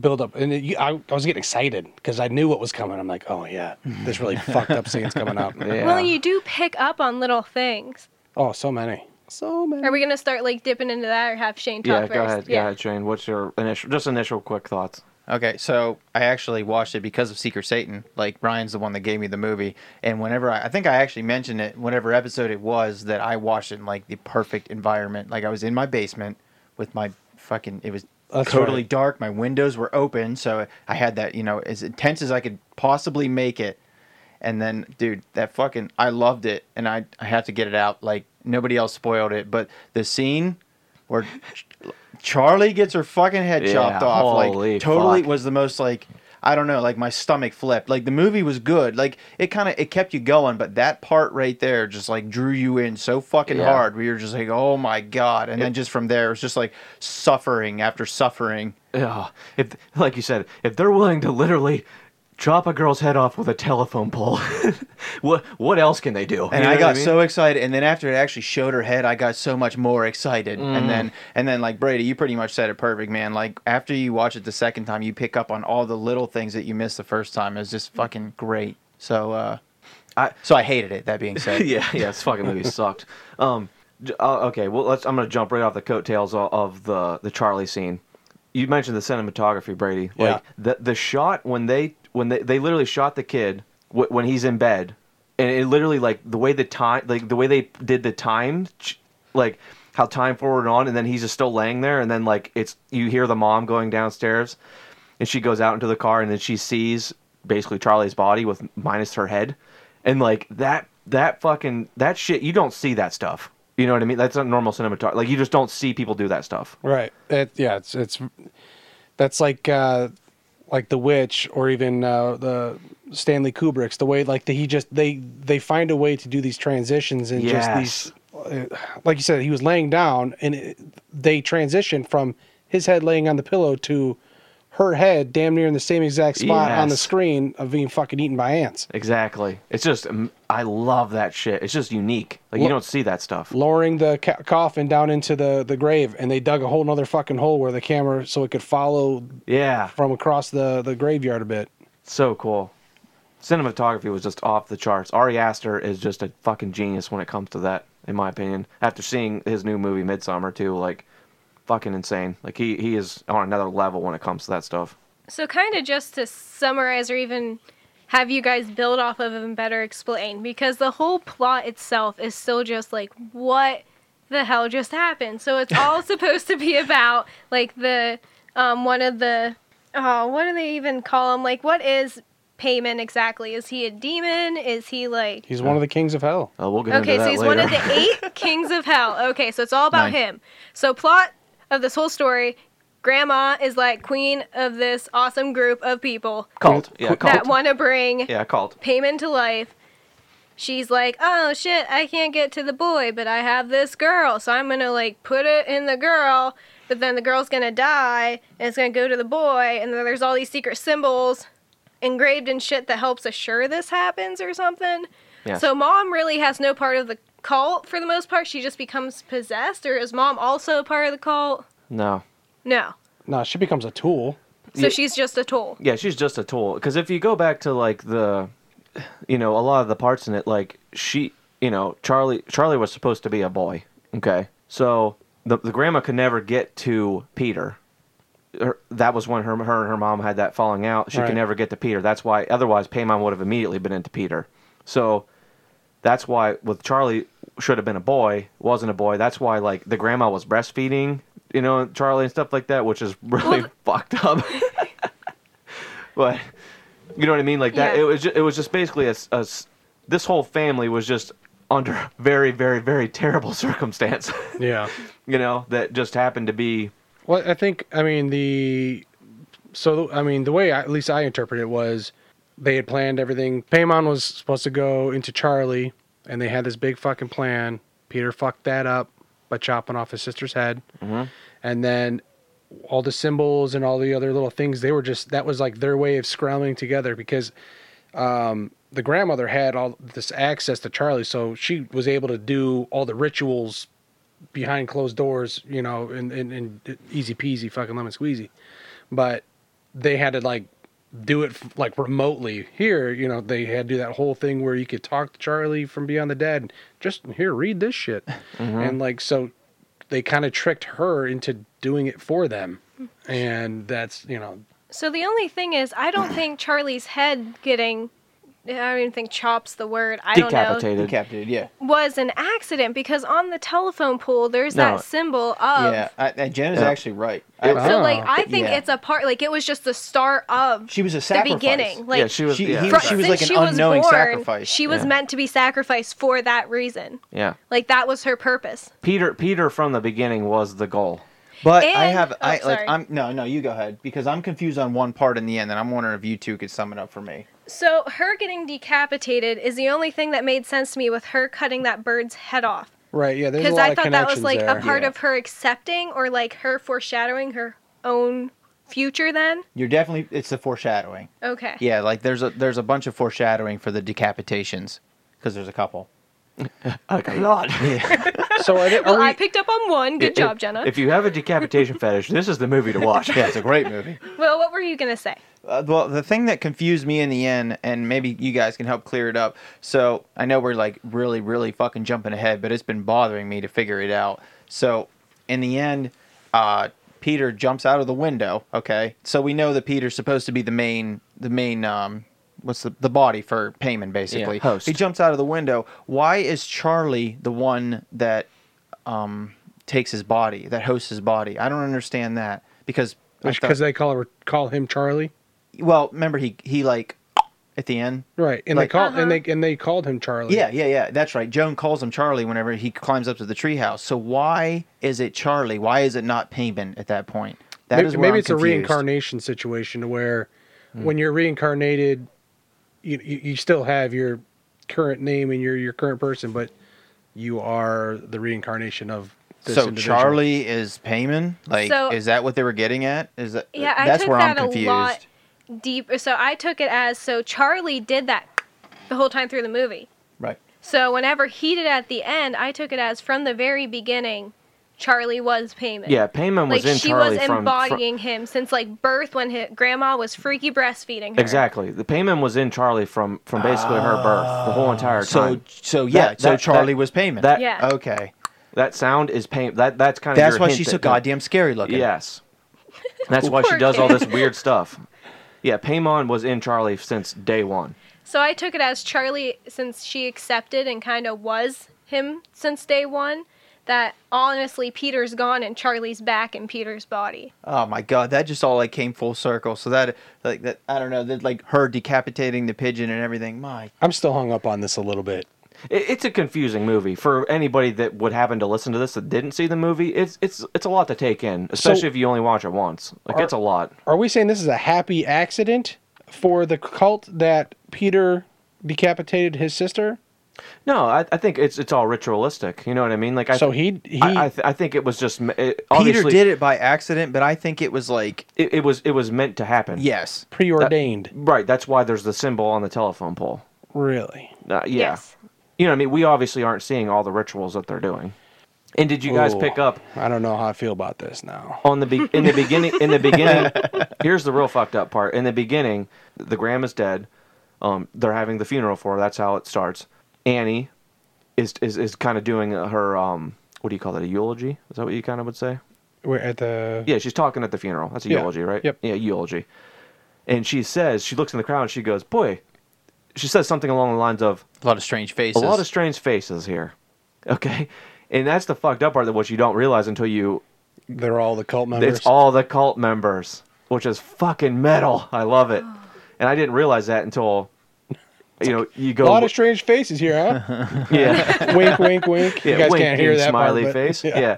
Speaker 4: build up, and it, you, I, I was getting excited because I knew what was coming. I'm like, oh yeah, this really fucked up scene's coming up.
Speaker 5: Yeah.
Speaker 6: Well you do pick up on little things.
Speaker 4: Oh, so many, so many.
Speaker 6: Are we gonna start like dipping into that or have Shane talk
Speaker 5: yeah.
Speaker 6: first?
Speaker 5: Go ahead. Yeah. Go ahead, Shane. What's your initial, just initial quick thoughts?
Speaker 7: Okay, so I actually watched it because of Secret Satan. Like Ryan's the one that gave me the movie, and whenever I, I think I actually mentioned it, whatever episode it was, that I watched it in like the perfect environment. Like I was in my basement with my fucking. It was
Speaker 4: That's
Speaker 7: totally
Speaker 4: right.
Speaker 7: dark. My windows were open, so I had that you know as intense as I could possibly make it. And then, dude, that fucking I loved it, and I I have to get it out. Like nobody else spoiled it, but the scene where Ch- Charlie gets her fucking head
Speaker 5: Yeah,
Speaker 7: chopped off,
Speaker 5: holy
Speaker 7: like totally
Speaker 5: fuck.
Speaker 7: was the most like I don't know, like my stomach flipped. Like the movie was good, like it kind of it kept you going, but that part right there just like drew you in so fucking
Speaker 5: Yeah.
Speaker 7: hard. We were just like, oh my god, and then just from there it was just like suffering after suffering.
Speaker 5: Yeah. If, like you said, if they're willing to literally chop a girl's head off with a telephone pole, what what else can they do?
Speaker 7: and
Speaker 5: You know
Speaker 7: I
Speaker 5: what
Speaker 7: got
Speaker 5: mean?
Speaker 7: so excited. And then after it actually showed her head, I got so much more excited. And then and then like Brady, you pretty much said it perfect, man. Like after you watch it the second time, you pick up on all the little things that you missed the first time. It was just fucking great. So uh, I so I hated it. That being said,
Speaker 5: yeah, yeah, this fucking movie sucked. Um, j- uh, okay, well, let's. I'm gonna jump right off the coattails o- of the the Charlie scene. You mentioned the cinematography, Brady.
Speaker 4: Yeah.
Speaker 5: Like the the shot when they when they they literally shot the kid wh- when he's in bed, and it literally like the way the time like the way they did the time, ch- like how time forward and on, and then he's just still laying there, and then like it's you hear the mom going downstairs, and she goes out into the car, and then she sees basically Charlie's body with minus her head, and like that that fucking that shit. You don't see that stuff. You know what I mean? That's not normal cinematography. Like you just don't see people do that stuff.
Speaker 4: Right. It, yeah. It's it's that's like uh, like the witch or even uh, the Stanley Kubrick's the way like the, he just they they find a way to do these transitions and just these uh, like you said he was laying down and it, they transition from his head laying on the pillow to her head damn near in the same exact spot on the
Speaker 5: Yes.
Speaker 4: screen of being fucking eaten by ants.
Speaker 5: Exactly. It's just um, I love that shit. It's just unique. Like
Speaker 4: Lo-
Speaker 5: you don't see that stuff.
Speaker 4: lowering the ca- coffin down into the, the grave and they dug a whole nother fucking hole where the camera so it could follow
Speaker 5: Yeah.
Speaker 4: from across the, the graveyard a bit
Speaker 5: So cool. Cinematography was just off the charts. Ari Aster is just a fucking genius when it comes to that, in my opinion. After seeing his new movie Midsummer too, like fucking insane. Like he he is on another level when it comes to that stuff.
Speaker 6: So, kind of just to summarize or even have you guys build off of and better explain, because the whole plot itself is still just like, what the hell just happened? So, it's all supposed to be about like the um, one of the, oh, what do they even call him? Like, what is payment exactly? Is he a demon? Is he like.
Speaker 4: he's one of the kings of hell
Speaker 5: Uh, we'll get
Speaker 6: Okay,
Speaker 5: into
Speaker 6: so
Speaker 5: that
Speaker 6: he's
Speaker 5: later.
Speaker 6: one of the eight kings of hell. Okay, so it's all about
Speaker 7: Nine.
Speaker 6: him. So plot of this whole story, grandma is like queen of this awesome group of people
Speaker 5: cult. Yeah,
Speaker 6: that
Speaker 5: cult.
Speaker 6: want to bring
Speaker 5: Yeah, cult.
Speaker 6: payment to life. She's like, "Oh shit, I can't get to the boy, but I have this girl, so I'm going to like put it in the girl, but then the girl's going to die and it's going to go to the boy, and then there's all these secret symbols engraved in shit that helps assure this happens or something."
Speaker 5: Yes.
Speaker 6: So mom really has no part of the cult for the most part. She just becomes possessed, or is mom also a part of the cult?
Speaker 5: No.
Speaker 6: No.
Speaker 4: no she becomes a tool
Speaker 6: So
Speaker 5: Yeah.
Speaker 6: she's just a tool.
Speaker 5: Yeah, she's just a tool. Because if you go back to like the, you know, a lot of the parts in it, like she, you know, Charlie, Charlie was supposed to be a boy. Okay, so the the grandma could never get to Peter. Her, that was when her her and her mom had that falling out. She
Speaker 4: Right.
Speaker 5: could never get to Peter. That's why. Otherwise, Paymon would have immediately been into Peter. So that's why with Charlie should have been a boy, wasn't a boy. That's why like the grandma was breastfeeding, you know, Charlie and stuff like that, which is really fucked up. but you know what I mean? Like that.
Speaker 6: Yeah.
Speaker 5: It was just, it was just basically a, s- a s- this whole family was just under very very very terrible circumstance.
Speaker 4: yeah
Speaker 5: you know that just happened to be
Speaker 4: well i think i mean the so i mean the way I, at least i interpret it was they had planned everything paymon was supposed to go into charlie and they had this big fucking plan peter fucked that up by chopping off his sister's head
Speaker 5: Mhm.
Speaker 4: and then all the symbols and all the other little things they were just that was like their way of scrambling together because um, the grandmother had all this access to charlie so she was able to do all the rituals behind closed doors you know and, and, and easy peasy fucking lemon squeezy but they had to like do it like remotely here you know they had to do that whole thing where you could talk to charlie from beyond the dead just here read this shit
Speaker 7: Mm-hmm.
Speaker 4: and like so they kind of tricked her into doing it for them and that's you know
Speaker 6: So the only thing is, I don't think Charlie's head getting. I don't even think chops the word. I don't know.
Speaker 5: decapitated.
Speaker 7: Decapitated, yeah.
Speaker 6: Was an accident because on the telephone pole there's
Speaker 5: No.
Speaker 6: that symbol of.
Speaker 7: Yeah. I, I, Jen is
Speaker 5: Yeah.
Speaker 7: actually right.
Speaker 6: So
Speaker 7: I,
Speaker 6: like I think
Speaker 7: Yeah.
Speaker 6: it's a part. Like it was just the start of
Speaker 7: she was a
Speaker 6: the
Speaker 7: sacrifice.
Speaker 6: beginning. Like
Speaker 5: yeah, she was.
Speaker 7: she-
Speaker 5: yeah,
Speaker 7: he-
Speaker 6: fro-
Speaker 7: she was like
Speaker 6: since
Speaker 7: an
Speaker 6: she was
Speaker 7: unknowing
Speaker 6: born,
Speaker 7: sacrifice.
Speaker 6: She was
Speaker 5: Yeah.
Speaker 6: meant to be sacrificed for that reason.
Speaker 5: yeah.
Speaker 6: Like that was her purpose.
Speaker 5: Peter Peter from the beginning was the goal.
Speaker 7: But I
Speaker 6: And-
Speaker 7: have,
Speaker 6: oh,
Speaker 7: I
Speaker 6: sorry.
Speaker 7: like, I'm no, no. You go ahead because I'm confused on one part in the end, and I'm wondering if you two could sum it up for me.
Speaker 6: So her getting decapitated is the only thing that made sense to me with her cutting that bird's head off.
Speaker 4: right yeah there's a
Speaker 6: because
Speaker 4: lot
Speaker 6: I
Speaker 4: of
Speaker 6: thought that was
Speaker 4: connections
Speaker 6: like
Speaker 4: there
Speaker 6: a part
Speaker 7: Yeah.
Speaker 6: of her accepting or like her foreshadowing her own future. Then
Speaker 7: You're definitely, it's the foreshadowing.
Speaker 6: okay,
Speaker 7: Yeah, like there's a there's a bunch of foreshadowing for the decapitations because there's a couple.
Speaker 5: A lot.
Speaker 4: so I,
Speaker 7: oh,
Speaker 4: did- are
Speaker 6: Well,
Speaker 4: we,
Speaker 6: I picked up on one. Good
Speaker 5: If-
Speaker 6: job, Jenna.
Speaker 5: If you have a decapitation fetish, this is the movie to watch.
Speaker 7: Yeah, it's a great movie.
Speaker 6: well, what were you gonna say?
Speaker 7: Uh, well, the thing that confused me in the end, and maybe you guys can help clear it up. So I know we're like really, really fucking jumping ahead, but it's been bothering me to figure it out. So in the end, uh, Peter jumps out of the window. Okay, so we know that Peter's supposed to be the main, the main, um, what's the the body for payment basically.
Speaker 5: host.
Speaker 7: He jumps out of the window. Why is Charlie the one that um, takes his body, that hosts his body? I don't understand that because I
Speaker 4: because
Speaker 7: thought-
Speaker 4: they call her call him charlie
Speaker 7: well remember he he like at the end.
Speaker 4: Right, and
Speaker 7: Like-
Speaker 4: they
Speaker 6: Uh-huh.
Speaker 4: called and they and they called him Charlie.
Speaker 7: Yeah, yeah, yeah. That's right. Joan calls him Charlie whenever he climbs up to the treehouse. So why is it Charlie? Why is it not Payman at that point? That
Speaker 4: maybe,
Speaker 7: is
Speaker 4: maybe it's a
Speaker 7: reincarnation.
Speaker 4: reincarnation situation where
Speaker 5: Hmm.
Speaker 4: when you're reincarnated, you, you you still have your current name and your your current person, but you are the reincarnation of this
Speaker 7: So
Speaker 4: individual.
Speaker 7: Charlie is Payman. Like,
Speaker 6: So-
Speaker 7: is that what they were getting at? Is that
Speaker 6: Yeah, I
Speaker 7: that's
Speaker 6: took
Speaker 7: where
Speaker 6: that
Speaker 7: I'm confused.
Speaker 6: a lot deeper. So I took it as so Charlie did that the whole time through the movie.
Speaker 7: Right.
Speaker 6: So whenever he did at the end, I took it as from the very beginning, Charlie was Payman.
Speaker 5: Yeah, Payman was
Speaker 6: like
Speaker 5: in
Speaker 6: she
Speaker 5: Charlie
Speaker 6: was
Speaker 5: from-
Speaker 6: embodying him since like birth when his grandma was freaky breastfeeding her.
Speaker 5: Exactly. The payment was in Charlie from from basically her birth the whole entire
Speaker 7: Ah. So,
Speaker 5: time.
Speaker 7: so yeah.
Speaker 5: That-
Speaker 7: so
Speaker 5: that-
Speaker 7: Charlie
Speaker 5: that-
Speaker 7: was Payman.
Speaker 5: That
Speaker 6: Yeah.
Speaker 7: okay.
Speaker 5: that sound is pain. That that's kind of
Speaker 7: That's why she's so goddamn scary looking.
Speaker 5: Yes. That's why she
Speaker 6: Poor
Speaker 5: does all
Speaker 6: kid.
Speaker 5: this weird stuff. Yeah, Paymon was in Charlie since day one.
Speaker 6: So I took it as Charlie since she accepted and kind of was him since day one. That honestly, Peter's gone and Charlie's back in Peter's body.
Speaker 7: Oh my god, that just all like came full circle. So that like that I don't know, that like her decapitating the pigeon and everything. My
Speaker 4: I'm still hung up on this a little bit.
Speaker 5: It, it's a confusing movie for anybody that would happen to listen to this that didn't see the movie. It's it's it's a lot to take in, especially if you only watch it once. Like it's a lot.
Speaker 4: Are we saying this is a happy accident for the cult that Peter decapitated his sister?
Speaker 5: No, I, I think it's it's all ritualistic. You know what I mean? Like I
Speaker 4: So he he
Speaker 5: I, I, th- I think it was just me- it, obviously
Speaker 7: Peter did it by accident, but I think it was like
Speaker 5: It, it was it was meant to happen.
Speaker 7: yes.
Speaker 4: preordained.
Speaker 5: Right. That's why there's the symbol on the telephone pole.
Speaker 4: really?
Speaker 5: Uh, yeah. You know what I mean? We obviously aren't seeing all the rituals that they're doing. And did you guys
Speaker 4: Ooh.
Speaker 5: pick up
Speaker 4: I don't know how I feel about this now.
Speaker 5: on the be- in the beginning in the beginning here's the real fucked up part in the beginning the grandma's dead um, they're having the funeral for her that's how it starts annie is is, is kind of doing her um what do you call that a eulogy is that what you kind of would say
Speaker 4: We're at the
Speaker 5: yeah she's talking at the funeral that's a
Speaker 4: Yeah.
Speaker 5: eulogy right
Speaker 4: Yep.
Speaker 5: yeah eulogy and she says she looks in the crowd and she goes boy she says something along the lines of
Speaker 7: A lot of strange
Speaker 5: a
Speaker 7: faces.
Speaker 5: lot of strange faces here okay and that's the fucked up part that what you don't realize until you
Speaker 4: they're all the cult members.
Speaker 5: it's all the cult members, which is fucking metal. I love it. And I didn't realize that until, you know, you
Speaker 4: a
Speaker 5: go.
Speaker 4: lot of strange faces here, huh?
Speaker 5: yeah,
Speaker 4: wink, wink, wink.
Speaker 5: yeah,
Speaker 4: you guys
Speaker 5: wink
Speaker 4: can't hear
Speaker 5: and
Speaker 4: that part,
Speaker 5: smiley
Speaker 4: but-
Speaker 5: face. Yeah.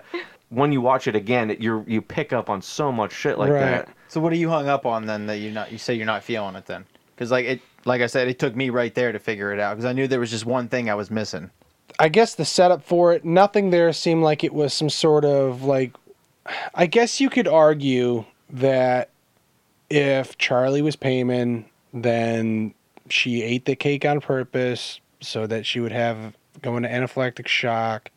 Speaker 5: When you watch it again, it, you're you pick up on so much shit like
Speaker 4: Right.
Speaker 5: that.
Speaker 7: so what are you hung up on then that you are not you say you're not feeling it then? Because like it like I said, it took me right there to figure it out because I knew there was just one thing I was missing.
Speaker 4: I guess the setup for it, nothing there seemed like it was some sort of like. I guess you could argue that if Charlie was Payman, then she ate the cake on purpose so that she would have go into anaphylactic shock,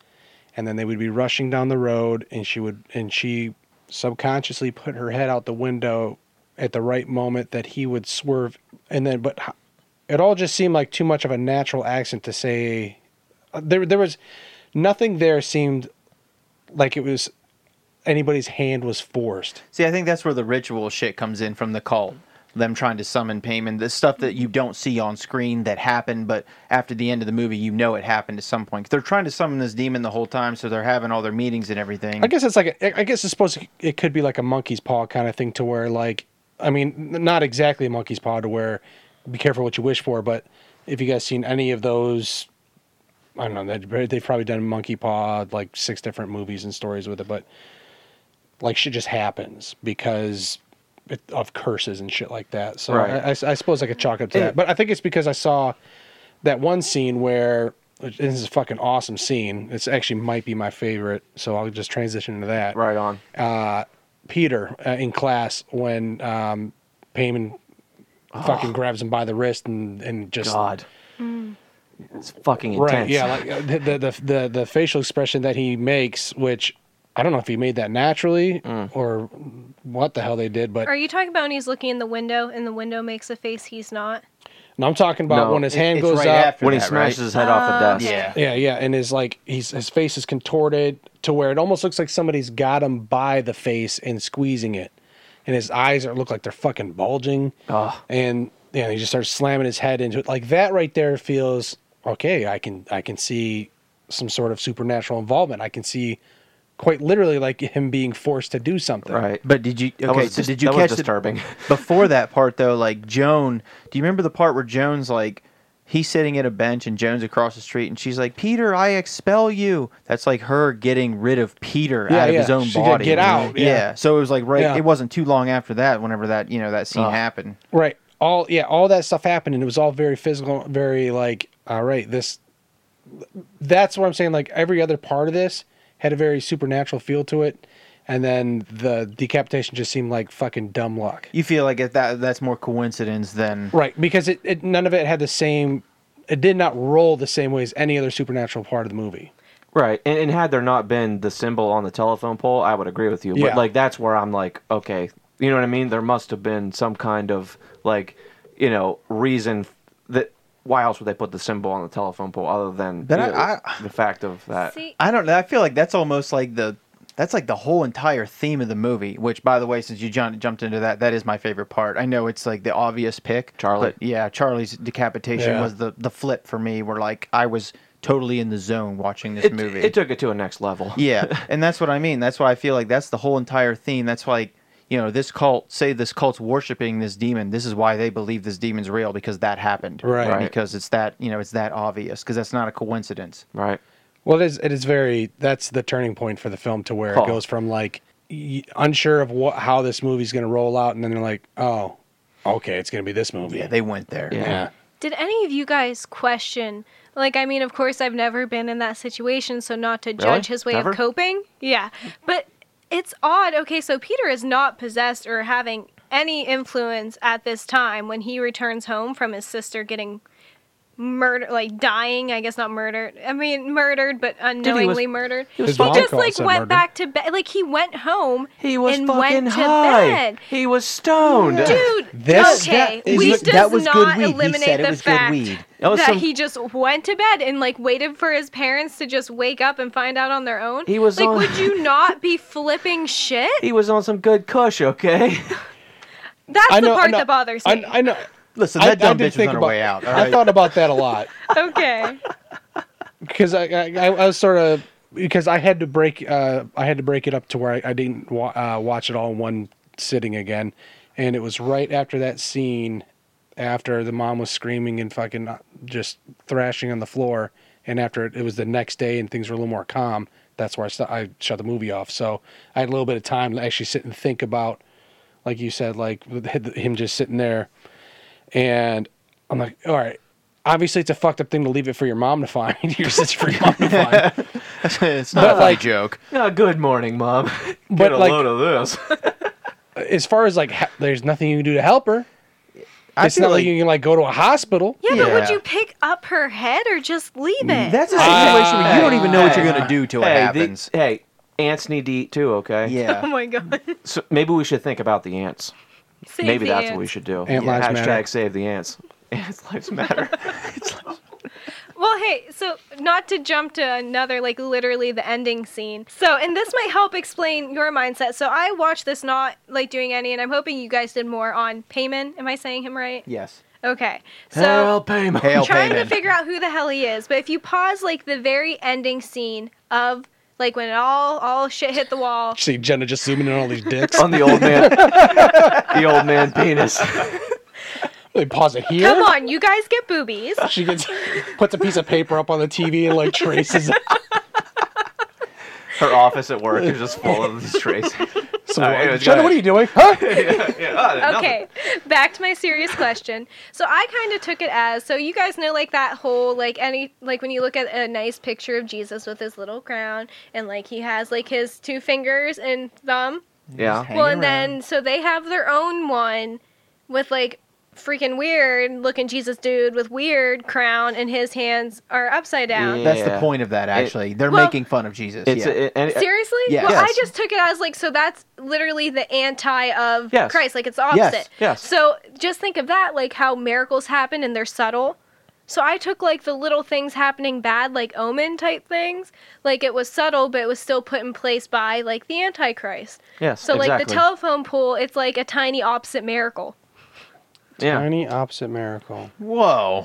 Speaker 4: and then they would be rushing down the road, and she would and she subconsciously put her head out the window at the right moment that he would swerve, and then but h- it all just seemed like too much of a natural accident to say there there was nothing there seemed like it was anybody's hand was forced.
Speaker 7: See, I think that's where the ritual shit comes in from the cult. Them trying to summon payment, the stuff that you don't see on screen that happened, but after the end of the movie, you know it happened at some point. They're trying to summon this demon the whole time, so they're having all their meetings and everything.
Speaker 4: I guess it's like a, I guess it's supposed to it could be like a monkey's paw kind of thing to where like I mean n- not exactly a monkey's paw to where be careful what you wish for, but if you guys seen any of those I don't know. they'd pr- They've probably done Monkey Paw, like six different movies and stories with it, but like shit just happens because it, of curses and shit like that. So
Speaker 5: Right.
Speaker 4: I, I s- I suppose I could chalk up to that. But I think it's because I saw that one scene where which- this is a fucking awesome scene. It's actually might be my favorite. So I'll just transition into that.
Speaker 5: Right on.
Speaker 4: Peter uh, in class when um, Payman fucking grabs him by the wrist and, and just
Speaker 5: God, it's fucking intense.
Speaker 4: Right. Yeah. Like uh, the, the the the the facial expression that he makes, which I don't know if he made that naturally
Speaker 5: Mm.
Speaker 4: or what the hell they did, but
Speaker 6: Are you talking about when he's looking in the window and the window makes a face he's not?
Speaker 4: no, I'm talking about
Speaker 5: No,
Speaker 4: when his
Speaker 7: It-
Speaker 4: hand
Speaker 7: it's
Speaker 4: goes
Speaker 7: right
Speaker 4: up.
Speaker 7: after
Speaker 5: when he
Speaker 7: that, right?
Speaker 5: smashes his head off the desk.
Speaker 7: Yeah.
Speaker 4: Yeah, yeah, and his like he's his face is contorted to where it almost looks like somebody's got him by the face and squeezing it, and his eyes are look like they're fucking bulging,
Speaker 5: Ugh.
Speaker 4: and yeah, he just starts slamming his head into it like that. Right there feels okay. I can I can see some sort of supernatural involvement. I can see quite literally like him being forced to do something.
Speaker 5: Right.
Speaker 7: But did you
Speaker 5: was
Speaker 7: okay? so
Speaker 5: dis-
Speaker 7: did you
Speaker 5: that was
Speaker 7: catch the-
Speaker 5: disturbing.
Speaker 7: before that part though? Like Joan, do you remember the part where Joan's like he's sitting at a bench and Joan's across the street and she's like, "Peter, I expel you." That's like her getting rid of Peter
Speaker 4: Yeah,
Speaker 7: out of
Speaker 4: yeah.
Speaker 7: his own
Speaker 4: She said,
Speaker 7: body.
Speaker 4: "Get out," yeah.
Speaker 7: So it was like right.
Speaker 4: Yeah.
Speaker 7: It wasn't too long after that. Whenever that you know that
Speaker 5: Uh.
Speaker 7: scene happened.
Speaker 4: Right. All yeah, all that stuff happened and it was all very physical, very like all right, this that's what I'm saying like every other part of this had a very supernatural feel to it and then the decapitation just seemed like fucking dumb luck.
Speaker 7: You feel like it, that that's more coincidence than
Speaker 4: Right, because it, it none of it had the same it did not roll the same way as any other supernatural part of the movie.
Speaker 5: Right, and, and had there not been the symbol on the telephone pole, I would agree with you.
Speaker 4: Yeah.
Speaker 5: But like that's where I'm like, okay, you know what I mean? There must have been some kind of like, you know, reason that why else would they put the symbol on the telephone pole other than
Speaker 7: But
Speaker 5: you
Speaker 7: I-
Speaker 5: know,
Speaker 7: I-
Speaker 5: the fact of that?
Speaker 6: See,
Speaker 7: I don't know. I feel like that's almost like the that's like the whole entire theme of the movie. Which, by the way, since you jump, jumped into that, that is my favorite part. I know it's like the obvious pick,
Speaker 5: Charlie.
Speaker 7: But yeah, Charlie's decapitation
Speaker 4: Yeah.
Speaker 7: was the the flip for me. Where like I was totally in the zone watching this
Speaker 5: It,
Speaker 7: movie.
Speaker 5: it took it to a next level.
Speaker 7: yeah, and that's what I mean. That's why I feel like that's the whole entire theme. That's why. You know, this cult, say this cult's worshiping this demon. This is why they believe this demon's real because that happened.
Speaker 4: Right. Right.
Speaker 7: Because it's that, you know, it's that obvious because that's not a coincidence.
Speaker 5: Right.
Speaker 4: Well, it is. It is very. That's the turning point for the film to where
Speaker 5: Huh.
Speaker 4: it goes from like y- unsure of what how this movie's going to roll out, and then they're like, oh, okay, it's going to be this movie.
Speaker 7: Yeah, they went there.
Speaker 4: yeah.
Speaker 6: Did any of you guys question? Like, I mean, of course, I've never been in that situation, so not to judge his way
Speaker 5: Never?
Speaker 6: of coping. Yeah. But it's odd. Okay, so Peter is not possessed or having any influence at this time when he returns home from his sister getting murdered, like dying, I guess not murdered. I mean, murdered, but unknowingly murdered. He,
Speaker 4: was fucking-
Speaker 6: just,
Speaker 4: Mom
Speaker 6: like,
Speaker 4: said
Speaker 6: went
Speaker 4: murdered.
Speaker 6: back to bed. Like, he went home
Speaker 5: He was
Speaker 6: and
Speaker 5: fucking
Speaker 6: went
Speaker 5: high.
Speaker 6: to bed.
Speaker 5: He was stoned.
Speaker 6: Dude,
Speaker 4: This-
Speaker 6: okay,
Speaker 4: that is-
Speaker 6: we
Speaker 4: look,
Speaker 6: does
Speaker 7: that was
Speaker 6: not
Speaker 7: good weed. He
Speaker 6: eliminate
Speaker 7: said it
Speaker 6: the
Speaker 7: was good
Speaker 6: fact
Speaker 7: weed.
Speaker 5: That
Speaker 6: that,
Speaker 5: was some-
Speaker 6: he just went to bed and like waited for his parents to just wake up and find out on their own.
Speaker 5: He was
Speaker 6: like,
Speaker 5: on-
Speaker 6: would you not be flipping shit?
Speaker 5: He was on some good kush, okay?
Speaker 6: That's
Speaker 4: I
Speaker 6: the
Speaker 4: know. I
Speaker 6: part
Speaker 4: know-
Speaker 6: that bothers
Speaker 4: I,
Speaker 6: me.
Speaker 4: I know.
Speaker 7: Listen,
Speaker 4: I,
Speaker 7: that
Speaker 4: I
Speaker 7: dumb
Speaker 4: did
Speaker 7: bitch was
Speaker 4: think
Speaker 7: on her
Speaker 4: about,
Speaker 7: way out. all
Speaker 4: I
Speaker 7: right?
Speaker 4: thought about that a lot
Speaker 6: okay,
Speaker 4: because I, I I I was sort of because I had to break uh I had to break it up to where I, I didn't wa- uh, watch it all in one sitting again, and it was right after that scene, after the mom was screaming and fucking uh, just thrashing on the floor, and after it, it was the next day and things were a little more calm. That's where I st- I shut the movie off. So I had a little bit of time to actually sit and think about, like you said, like with h- him just sitting there, and I'm like, all right. Obviously, it's a fucked up thing to leave it for your mom to find. your sister for your mom to find.
Speaker 7: it's not
Speaker 4: But,
Speaker 7: a funny
Speaker 4: like-
Speaker 7: joke.
Speaker 5: Ah, good morning, mom. Get
Speaker 4: But,
Speaker 5: a
Speaker 4: like-
Speaker 5: load of this.
Speaker 4: as far as like ha- there's nothing you can do to help her
Speaker 7: I
Speaker 4: it's not
Speaker 7: feel
Speaker 4: like,
Speaker 7: like-
Speaker 4: you can like go to a hospital
Speaker 6: yeah, but
Speaker 7: Yeah. Mm,
Speaker 6: would you pick up her head or just leave it?
Speaker 7: That's a situation where you don't even know what
Speaker 5: Hey.
Speaker 7: you're gonna do till it
Speaker 5: hey, the-
Speaker 7: happens.
Speaker 5: hey, ants need to eat too, okay?
Speaker 6: oh
Speaker 7: yeah,
Speaker 6: my god.
Speaker 5: So maybe we should think about the ants.
Speaker 6: Save
Speaker 5: Maybe
Speaker 6: the
Speaker 5: that's
Speaker 6: ants.
Speaker 5: what we should do.
Speaker 4: Ant lives
Speaker 5: Hashtag
Speaker 4: matter.
Speaker 5: save the ants. Ants lives matter.
Speaker 6: Well, hey, so not to jump to another, like literally the ending scene. So, and this might help explain your mindset. So, I watched this not like doing any, and I'm hoping you guys did more on Payman. Am I saying him right?
Speaker 7: yes.
Speaker 6: Okay. So,
Speaker 5: Hell, payment.
Speaker 7: Hail
Speaker 6: trying to
Speaker 7: payment.
Speaker 6: figure out who the hell he is. But if you pause, like the very ending scene of like when it all all shit hit the wall.
Speaker 4: see jenna just zooming in on all these dicks
Speaker 5: on the old man. the old man penis.
Speaker 4: they pause it here
Speaker 6: Come on, you guys get boobies.
Speaker 4: she gets puts a piece of paper up on the tv and like traces
Speaker 5: Her office at work is just full of these trays. oh,
Speaker 4: some
Speaker 5: All right, it was
Speaker 4: jenna
Speaker 5: good.
Speaker 4: what are you doing huh
Speaker 6: okay, back to my serious question. So I kind of took it as so you guys know like that whole like any like when you look at a nice picture of Jesus with his little crown and like he has like his two fingers and thumb.
Speaker 5: Yeah.
Speaker 6: well, and then so they have their own one with like freaking weird looking Jesus dude with weird crown and his hands are upside down.
Speaker 7: That's the
Speaker 5: Yeah.
Speaker 7: point of that. Actually, they're
Speaker 6: Well-
Speaker 7: making fun of Jesus.
Speaker 5: It's
Speaker 7: yeah.
Speaker 5: it- and-
Speaker 6: Seriously?
Speaker 7: Yes.
Speaker 6: Well, I
Speaker 7: Yes.
Speaker 6: just took it as like so that's literally the anti of
Speaker 5: Yes.
Speaker 6: Christ, like it's the opposite.
Speaker 5: yes.
Speaker 6: So just think of that, like how miracles happen and they're subtle. So I took like the little things happening bad, like omen type things, like it was subtle, but it was still put in place by like the Antichrist.
Speaker 5: Yes.
Speaker 6: So
Speaker 5: exactly.
Speaker 6: like the telephone pole, it's like a tiny opposite miracle.
Speaker 5: Yeah.
Speaker 4: tiny opposite miracle
Speaker 7: Whoa.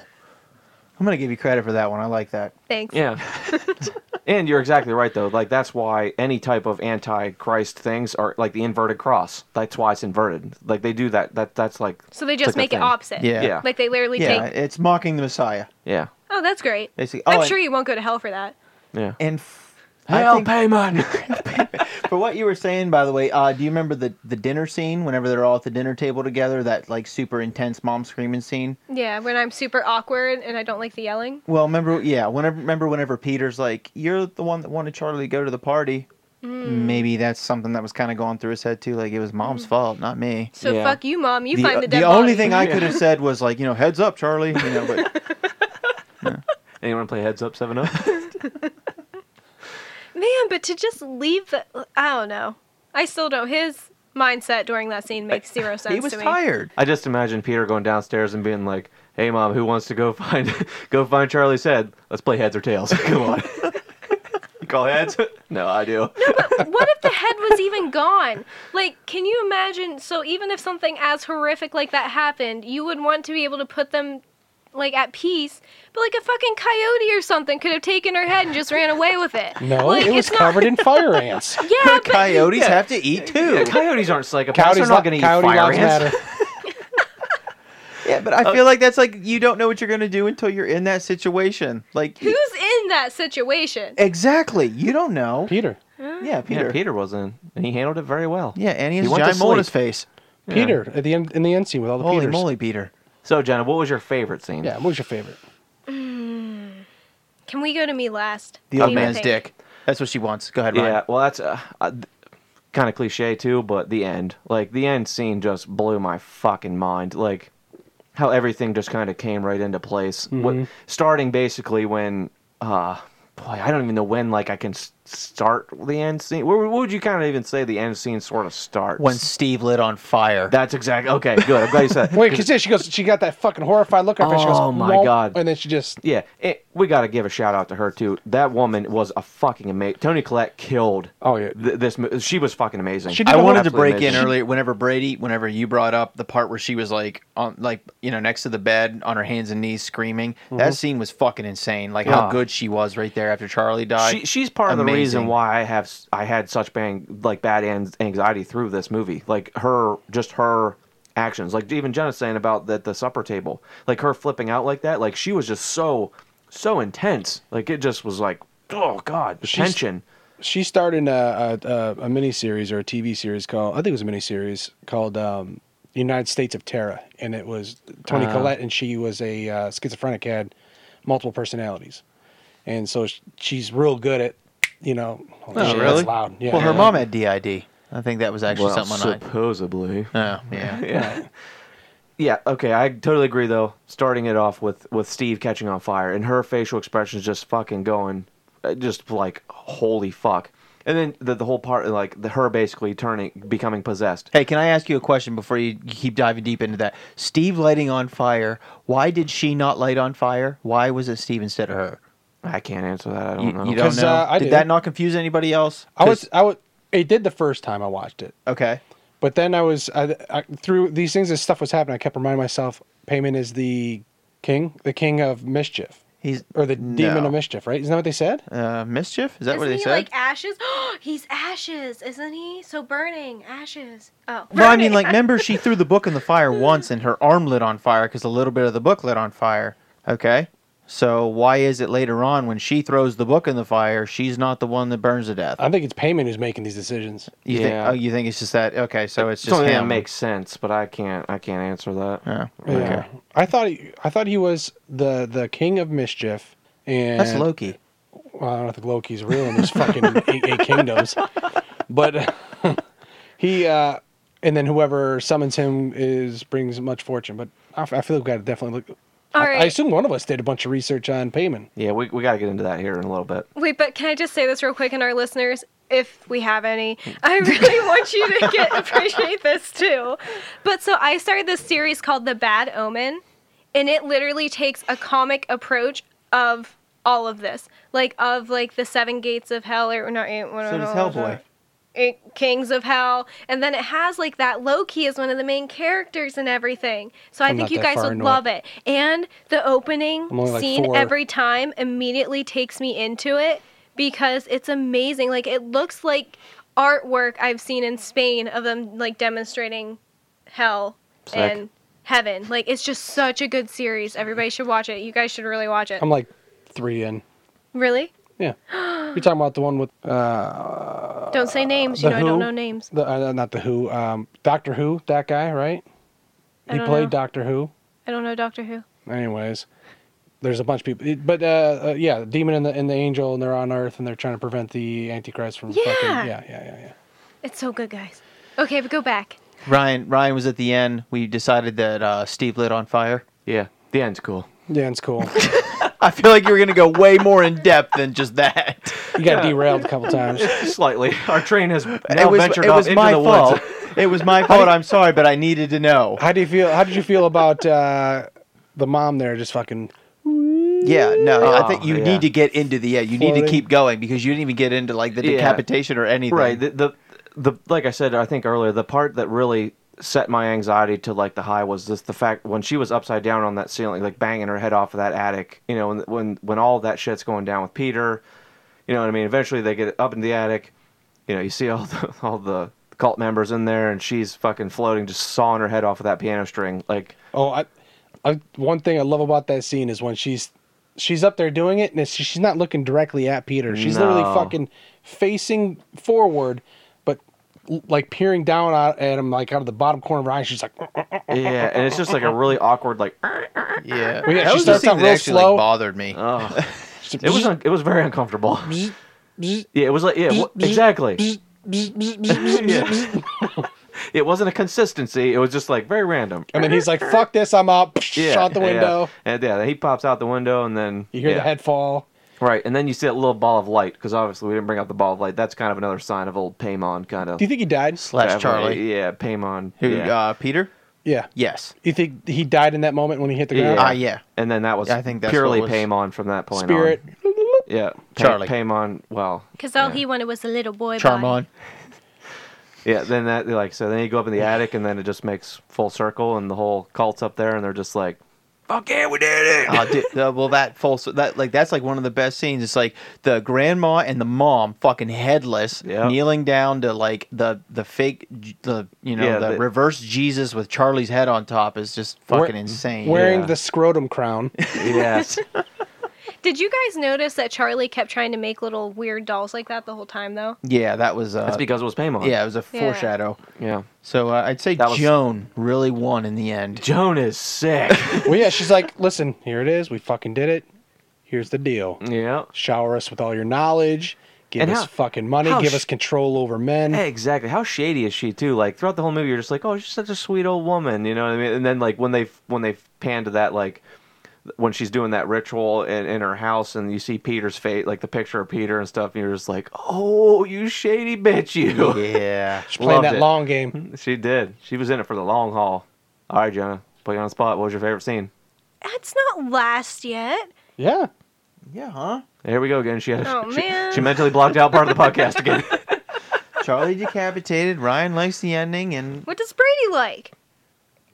Speaker 7: I'm gonna give you credit for that one. I like that.
Speaker 6: Thanks.
Speaker 5: Yeah. And you're exactly right, though. Like that's why any type of anti-Christ things are like the inverted cross. That's why it's inverted. Like they do that. That that's like.
Speaker 6: So they just
Speaker 5: it's like a
Speaker 6: make it
Speaker 5: thing.
Speaker 6: opposite.
Speaker 7: Yeah.
Speaker 5: Yeah.
Speaker 6: Like they literally
Speaker 7: yeah,
Speaker 6: take.
Speaker 7: it's mocking the Messiah.
Speaker 5: Yeah.
Speaker 6: Oh, that's great.
Speaker 7: Basically,
Speaker 6: I'm
Speaker 7: oh, and-
Speaker 6: sure you won't go to hell for that.
Speaker 5: Yeah.
Speaker 7: And f- I
Speaker 5: Hell,
Speaker 7: think-
Speaker 5: payment.
Speaker 7: for what you were saying, by the way, uh, do you remember the the dinner scene? Whenever they're all at the dinner table together, that like super intense mom screaming scene.
Speaker 6: Yeah, when I'm super awkward and I don't like the yelling.
Speaker 7: Well, remember, yeah, whenever remember whenever Peter's like, "You're the one that wanted Charlie to go to the party."
Speaker 6: Mm.
Speaker 7: Maybe that's something that was kind of going through his head too. Like it was mom's fault, not me.
Speaker 6: So
Speaker 5: Yeah.
Speaker 6: fuck you, mom. Mm. You
Speaker 7: the uh,
Speaker 6: find the dead
Speaker 7: the only
Speaker 6: body.
Speaker 7: thing I could have said was like, you know, heads up, Charlie. You know, but
Speaker 5: Anyone play Heads Up Seven oh? Up?
Speaker 6: Man, but to just leave the. I don't know. I still don't. His mindset during that scene makes zero sense
Speaker 7: he was
Speaker 6: to me.
Speaker 7: tired.
Speaker 5: I just imagine Peter going downstairs and being like, "Hey, mom, who wants to go find go find Charlie's head? Let's play heads or tails. Come on." you call heads? no, I do.
Speaker 6: what if the head was even gone? Like, can you imagine? So, even if something as horrific like that happened, you would want to be able to put them, like, at peace. But, like, a fucking coyote or something could have taken her head and just ran away with it.
Speaker 4: No,
Speaker 6: like,
Speaker 4: it was
Speaker 6: it's
Speaker 4: covered in fire ants.
Speaker 6: Not, yeah, but
Speaker 7: Coyotes have to eat too.
Speaker 5: Coyotes aren't psychopaths.
Speaker 4: Coyotes,
Speaker 5: They're
Speaker 4: li-
Speaker 5: not going to eat
Speaker 4: coyote
Speaker 5: fire
Speaker 4: lives
Speaker 5: ants.
Speaker 4: matter.
Speaker 7: Yeah, but I
Speaker 6: Oh.
Speaker 7: feel like that's like you don't know what you're gonna do until you're in that situation. Like
Speaker 6: who's in that situation?
Speaker 7: exactly, you don't know.
Speaker 4: Peter,
Speaker 7: Yeah, Peter.
Speaker 5: Yeah, Peter was in, and he handled it very well.
Speaker 7: Yeah, and he
Speaker 5: He
Speaker 7: has a
Speaker 5: went to
Speaker 7: giant mole in
Speaker 5: sleep.
Speaker 7: his face.
Speaker 4: Peter at the end in the end scene with all the
Speaker 7: Holy
Speaker 4: Peters.
Speaker 7: moly, Peter!
Speaker 5: So, Jenna, what was your favorite scene?
Speaker 4: Yeah, what was your favorite?
Speaker 6: Can we go to me last?
Speaker 7: The
Speaker 6: What
Speaker 7: old
Speaker 6: do you
Speaker 7: man's
Speaker 6: think?
Speaker 7: dick. That's what she wants. Go ahead, Ryan.
Speaker 5: Yeah, well, that's uh, uh, kind of cliche too, but the end, like the end scene, just blew my fucking mind. Like how everything just kind of came right into place.
Speaker 4: Mm-hmm.
Speaker 5: What, starting basically when, uh, boy, I don't even know when. Like I can s- start the end scene. Where, where would you kind of even say the end scene sort of starts?
Speaker 7: When Steve lit on fire.
Speaker 5: that's exactly okay. Good. I'm glad you said. that.
Speaker 4: Wait, because yeah, she goes. She got that fucking horrified look on her face. She goes,
Speaker 5: Oh my
Speaker 4: "Whoa,"
Speaker 5: God.
Speaker 4: And then she just
Speaker 5: Yeah, it, we got to give a shout out to her too. That woman was a fucking amazing. Tony Collette killed.
Speaker 4: Oh, yeah.
Speaker 5: th- this mo- she was fucking amazing.
Speaker 4: She did
Speaker 7: I
Speaker 4: a
Speaker 7: wanted to
Speaker 5: Absolutely
Speaker 7: break in
Speaker 5: amazing.
Speaker 7: earlier. Whenever Brady, whenever you brought up the part where she was like on, like you know, next to the bed on her hands and knees screaming.
Speaker 4: Mm-hmm.
Speaker 7: That scene was fucking insane. Like how
Speaker 5: Yeah.
Speaker 7: good she was right there after Charlie died.
Speaker 5: she, she's part of the reason
Speaker 7: Amazing.
Speaker 5: why I have s- I had such bang like bad an- anxiety through this movie. Like her, just her actions. Like even Jenna's saying about that the supper table. Like her flipping out like that. Like she was just so so intense. Like it just was like oh god
Speaker 4: She's-
Speaker 5: tension.
Speaker 4: she started a a, a, a mini series or a TV series called I think it was a mini series called um, United States of Terror, and it was Tony Collette, and she was a uh, schizophrenic, had multiple personalities, and so sh- she's real good at you know. Holy
Speaker 7: Oh,
Speaker 4: shit,
Speaker 7: really?
Speaker 4: That's loud. Yeah.
Speaker 7: well, her mom had DID. I think that was actually
Speaker 5: Well,
Speaker 7: something on.
Speaker 5: supposedly.
Speaker 7: Oh, yeah.
Speaker 5: yeah. Yeah, okay, I totally agree though. Starting it off with with Steve catching on fire and her facial expressions just fucking going uh, just like holy fuck. And then the, the whole part like the, her basically turning becoming possessed.
Speaker 7: Hey, can I ask you a question before you you keep diving deep into that? Steve lighting on fire. Why did she not light on fire? Why was it Steve instead of her?
Speaker 5: I can't answer that. I don't
Speaker 7: You,
Speaker 5: know.
Speaker 7: you don't
Speaker 4: 'Cause,
Speaker 7: know.
Speaker 4: uh, I
Speaker 7: did
Speaker 4: do.
Speaker 7: that not confuse anybody else?
Speaker 4: I was
Speaker 7: 'Cause-
Speaker 4: I was it did the first time I watched it,
Speaker 7: okay.
Speaker 4: but then I was I, I, through these things as stuff was happening. I kept reminding myself, Payment is the king, the king of mischief,
Speaker 7: He's
Speaker 4: or the demon
Speaker 7: no.
Speaker 4: of mischief, right? Isn't that what they said?
Speaker 7: Uh, mischief? Is that what
Speaker 6: Isn't
Speaker 7: they
Speaker 6: he
Speaker 7: said?
Speaker 6: like ashes? He's ashes, isn't he? So burning, ashes. Oh,
Speaker 7: no, I mean,
Speaker 6: burning.
Speaker 7: like, remember she threw the book in the fire once and her arm lit on fire because a little bit of the book lit on fire. Okay. So why is it later on when she throws the book in the fire, she's not the one that burns to death?
Speaker 4: I think it's Payment who's making these decisions.
Speaker 7: You
Speaker 5: Yeah.
Speaker 7: think, oh, you think it's just that? Okay, so it's just
Speaker 5: Something that
Speaker 7: him.
Speaker 5: makes sense, but I can't. I can't answer that.
Speaker 7: Oh,
Speaker 4: Yeah.
Speaker 7: okay.
Speaker 4: I thought he, I thought he was the the king of mischief, and
Speaker 7: That's Loki.
Speaker 4: Well, I don't think Loki's real in his fucking eight, eight kingdoms, but he uh, and then whoever summons him is brings much fortune. But I, f- I feel we've got to definitely look.
Speaker 6: All
Speaker 4: I, I
Speaker 6: right.
Speaker 4: assume one of us did a bunch of research on payment.
Speaker 5: Yeah, we we gotta get into that here in a little bit.
Speaker 6: Wait, but can I just say this real quick, and our listeners, if we have any, I really want you to get appreciate this too. But so I started this series called The Bad Omen, and it literally takes a comic approach of all of this, like of like the seven gates of hell, or not eight, what
Speaker 7: So does
Speaker 6: what- what-
Speaker 7: Hellboy.
Speaker 6: eight kings of hell, and then it has like that Loki is one of the main characters and everything. So I
Speaker 4: I'm
Speaker 6: think
Speaker 4: not
Speaker 6: you
Speaker 4: that
Speaker 6: guys
Speaker 4: far
Speaker 6: would
Speaker 4: into
Speaker 6: love it. And the opening
Speaker 4: I'm only, like,
Speaker 6: scene
Speaker 4: four.
Speaker 6: every time immediately takes me into it because it's amazing. Like it looks like artwork I've seen in Spain of them like demonstrating hell
Speaker 5: Sick.
Speaker 6: and heaven. Like it's just such a good series. Everybody should watch it. You guys should really watch it.
Speaker 4: I'm like three in.
Speaker 6: really?
Speaker 4: Yeah. You're talking about the one with uh,
Speaker 6: Don't say names.
Speaker 4: The
Speaker 6: You know I
Speaker 4: Who?
Speaker 6: don't know names.
Speaker 4: the uh, not the Who, um, Doctor Who, that guy, right?
Speaker 6: I
Speaker 4: He
Speaker 6: don't
Speaker 4: played
Speaker 6: know.
Speaker 4: Doctor Who.
Speaker 6: I don't know Doctor Who.
Speaker 4: Anyways, there's a bunch of people, it- but uh, uh, yeah, the demon and the and the angel, and they're on Earth, and they're trying to prevent the Antichrist from fucking
Speaker 6: Yeah.
Speaker 4: yeah, yeah, yeah, yeah.
Speaker 6: It's so good, guys. Okay, but go back.
Speaker 7: Ryan Ryan was at the end. We decided that uh, Steve lit on fire.
Speaker 5: Yeah, the end's cool.
Speaker 4: Yeah, it's cool.
Speaker 7: I feel like you were gonna go way more in depth than just that.
Speaker 4: You got derailed a couple times.
Speaker 5: Slightly. Our train has now
Speaker 7: it was
Speaker 5: ventured
Speaker 7: it
Speaker 5: off
Speaker 7: was
Speaker 5: into
Speaker 7: my
Speaker 5: the
Speaker 7: fault.
Speaker 5: woods.
Speaker 7: it was my fault. I'm sorry, but I needed to know.
Speaker 4: How do you feel? How did you feel about uh, the mom there? Just fucking
Speaker 7: Yeah, no, I
Speaker 5: Oh,
Speaker 7: think you
Speaker 5: yeah.
Speaker 7: need to get into the end. You need to
Speaker 4: Floating.
Speaker 7: keep going because you didn't even get into like the
Speaker 5: Yeah.
Speaker 7: decapitation or anything.
Speaker 5: Right. The, the the like I said, I think earlier, the part that really set my anxiety to like the high was just the fact when she was upside down on that ceiling, like banging her head off of that attic. You know, when when when all that shit's going down with Peter. You know what I mean? Eventually, they get up in the attic. You know, you see all the all the cult members in there, and she's fucking floating, just sawing her head off of that piano string. Like,
Speaker 4: Oh, I, I one thing I love about that scene is when she's she's up there doing it, and it's, she's not looking directly at Peter. She's literally
Speaker 5: No.
Speaker 4: fucking facing forward, but l- like peering down out at him, like out of the bottom corner of her eye. She's like, "Mm, mm, mm."
Speaker 5: yeah, and it's just like a really awkward, like,
Speaker 7: Yeah.
Speaker 4: Well, yeah,
Speaker 7: that
Speaker 4: she
Speaker 7: was the
Speaker 4: starts
Speaker 7: scene
Speaker 4: out
Speaker 7: that
Speaker 4: real
Speaker 7: actually
Speaker 4: slow.
Speaker 7: like, bothered me.
Speaker 5: oh.
Speaker 4: She's like,
Speaker 5: It was un- it was very uncomfortable. Yeah, it was like yeah, it wa- exactly. Yeah. it wasn't a consistency. It was just like very random.
Speaker 4: and then he's like, "Fuck this, I'm out."
Speaker 5: Yeah,
Speaker 4: Shot the
Speaker 5: yeah.
Speaker 4: window.
Speaker 5: And yeah, he pops out the window, and then
Speaker 4: You hear
Speaker 5: yeah.
Speaker 4: the head fall.
Speaker 5: Right, and then you see that little ball of light because obviously we didn't bring up the ball of light. That's kind of another sign of old Paimon kind of.
Speaker 4: Do you think he died?
Speaker 7: Slash Charlie.
Speaker 5: Yeah, Paimon.
Speaker 7: Who
Speaker 5: eh, yeah.
Speaker 7: uh Peter?
Speaker 4: Yeah.
Speaker 7: Yes.
Speaker 4: You think he died in that moment when he hit the ground?
Speaker 7: Ah, yeah.
Speaker 5: And then that was
Speaker 7: I think that's
Speaker 5: purely
Speaker 7: what was-
Speaker 5: Paimon from that point
Speaker 4: Spirit.
Speaker 5: on. Yeah, Pa-
Speaker 7: Charlie.
Speaker 5: Paimon. Well,
Speaker 6: Because all he wanted was a little boy.
Speaker 7: Charmon.
Speaker 5: Yeah, then that like so then you go up in the attic and then it just makes full circle and the whole cult's up there and they're just like
Speaker 7: Uh, di- uh, well, that full that like that's like one of the best scenes. It's like the grandma and the mom, fucking headless,
Speaker 5: Yep.
Speaker 7: kneeling down to like the the fake, j- the you know
Speaker 5: Yeah,
Speaker 7: the
Speaker 5: the-
Speaker 7: reverse Jesus with Charlie's head on top is just
Speaker 4: Wear-
Speaker 7: fucking insane.
Speaker 4: Wearing
Speaker 5: Yeah.
Speaker 4: the scrotum crown.
Speaker 5: yes.
Speaker 6: Did you guys notice that Charlie kept trying to make little weird dolls like that the whole time, though?
Speaker 7: Yeah, that was. Uh,
Speaker 5: That's because it was Paimon.
Speaker 7: yeah, it was a
Speaker 6: Yeah.
Speaker 7: foreshadow.
Speaker 5: Yeah.
Speaker 7: So uh, I'd say
Speaker 5: That was-
Speaker 7: Joan really won in the end.
Speaker 5: Joan is sick.
Speaker 4: well, yeah, she's like, listen, here it is. We fucking did it. Here's the deal.
Speaker 5: yeah.
Speaker 4: Shower us with all your knowledge. Give
Speaker 5: Mm. And
Speaker 4: us
Speaker 5: how-
Speaker 4: fucking money.
Speaker 5: how
Speaker 4: Give
Speaker 5: sh-
Speaker 4: us control over men.
Speaker 5: Exactly. How shady is she too? Like throughout the whole movie you're just like, "Oh, she's such a sweet old woman," you know what I mean? And then like when they when they pan to that like when she's doing that ritual in, in her house and you see Peter's face, like the picture of Peter and stuff, and you're just like, "Oh, you shady bitch you."
Speaker 7: Yeah.
Speaker 4: she's playing
Speaker 5: loved it.
Speaker 4: that
Speaker 5: Mm-hmm.
Speaker 4: long game.
Speaker 5: She did. She was in it for the long haul. All right, Jenna, put you on the spot. What was your favorite scene?
Speaker 6: That's not last yet.
Speaker 4: Yeah.
Speaker 7: Yeah, huh?
Speaker 5: Here we go again. She had,
Speaker 6: Oh,
Speaker 5: she,
Speaker 6: man.
Speaker 5: she mentally blocked out part of the podcast again.
Speaker 7: Charlie decapitated. Ryan likes the ending, and
Speaker 6: What does Brady like?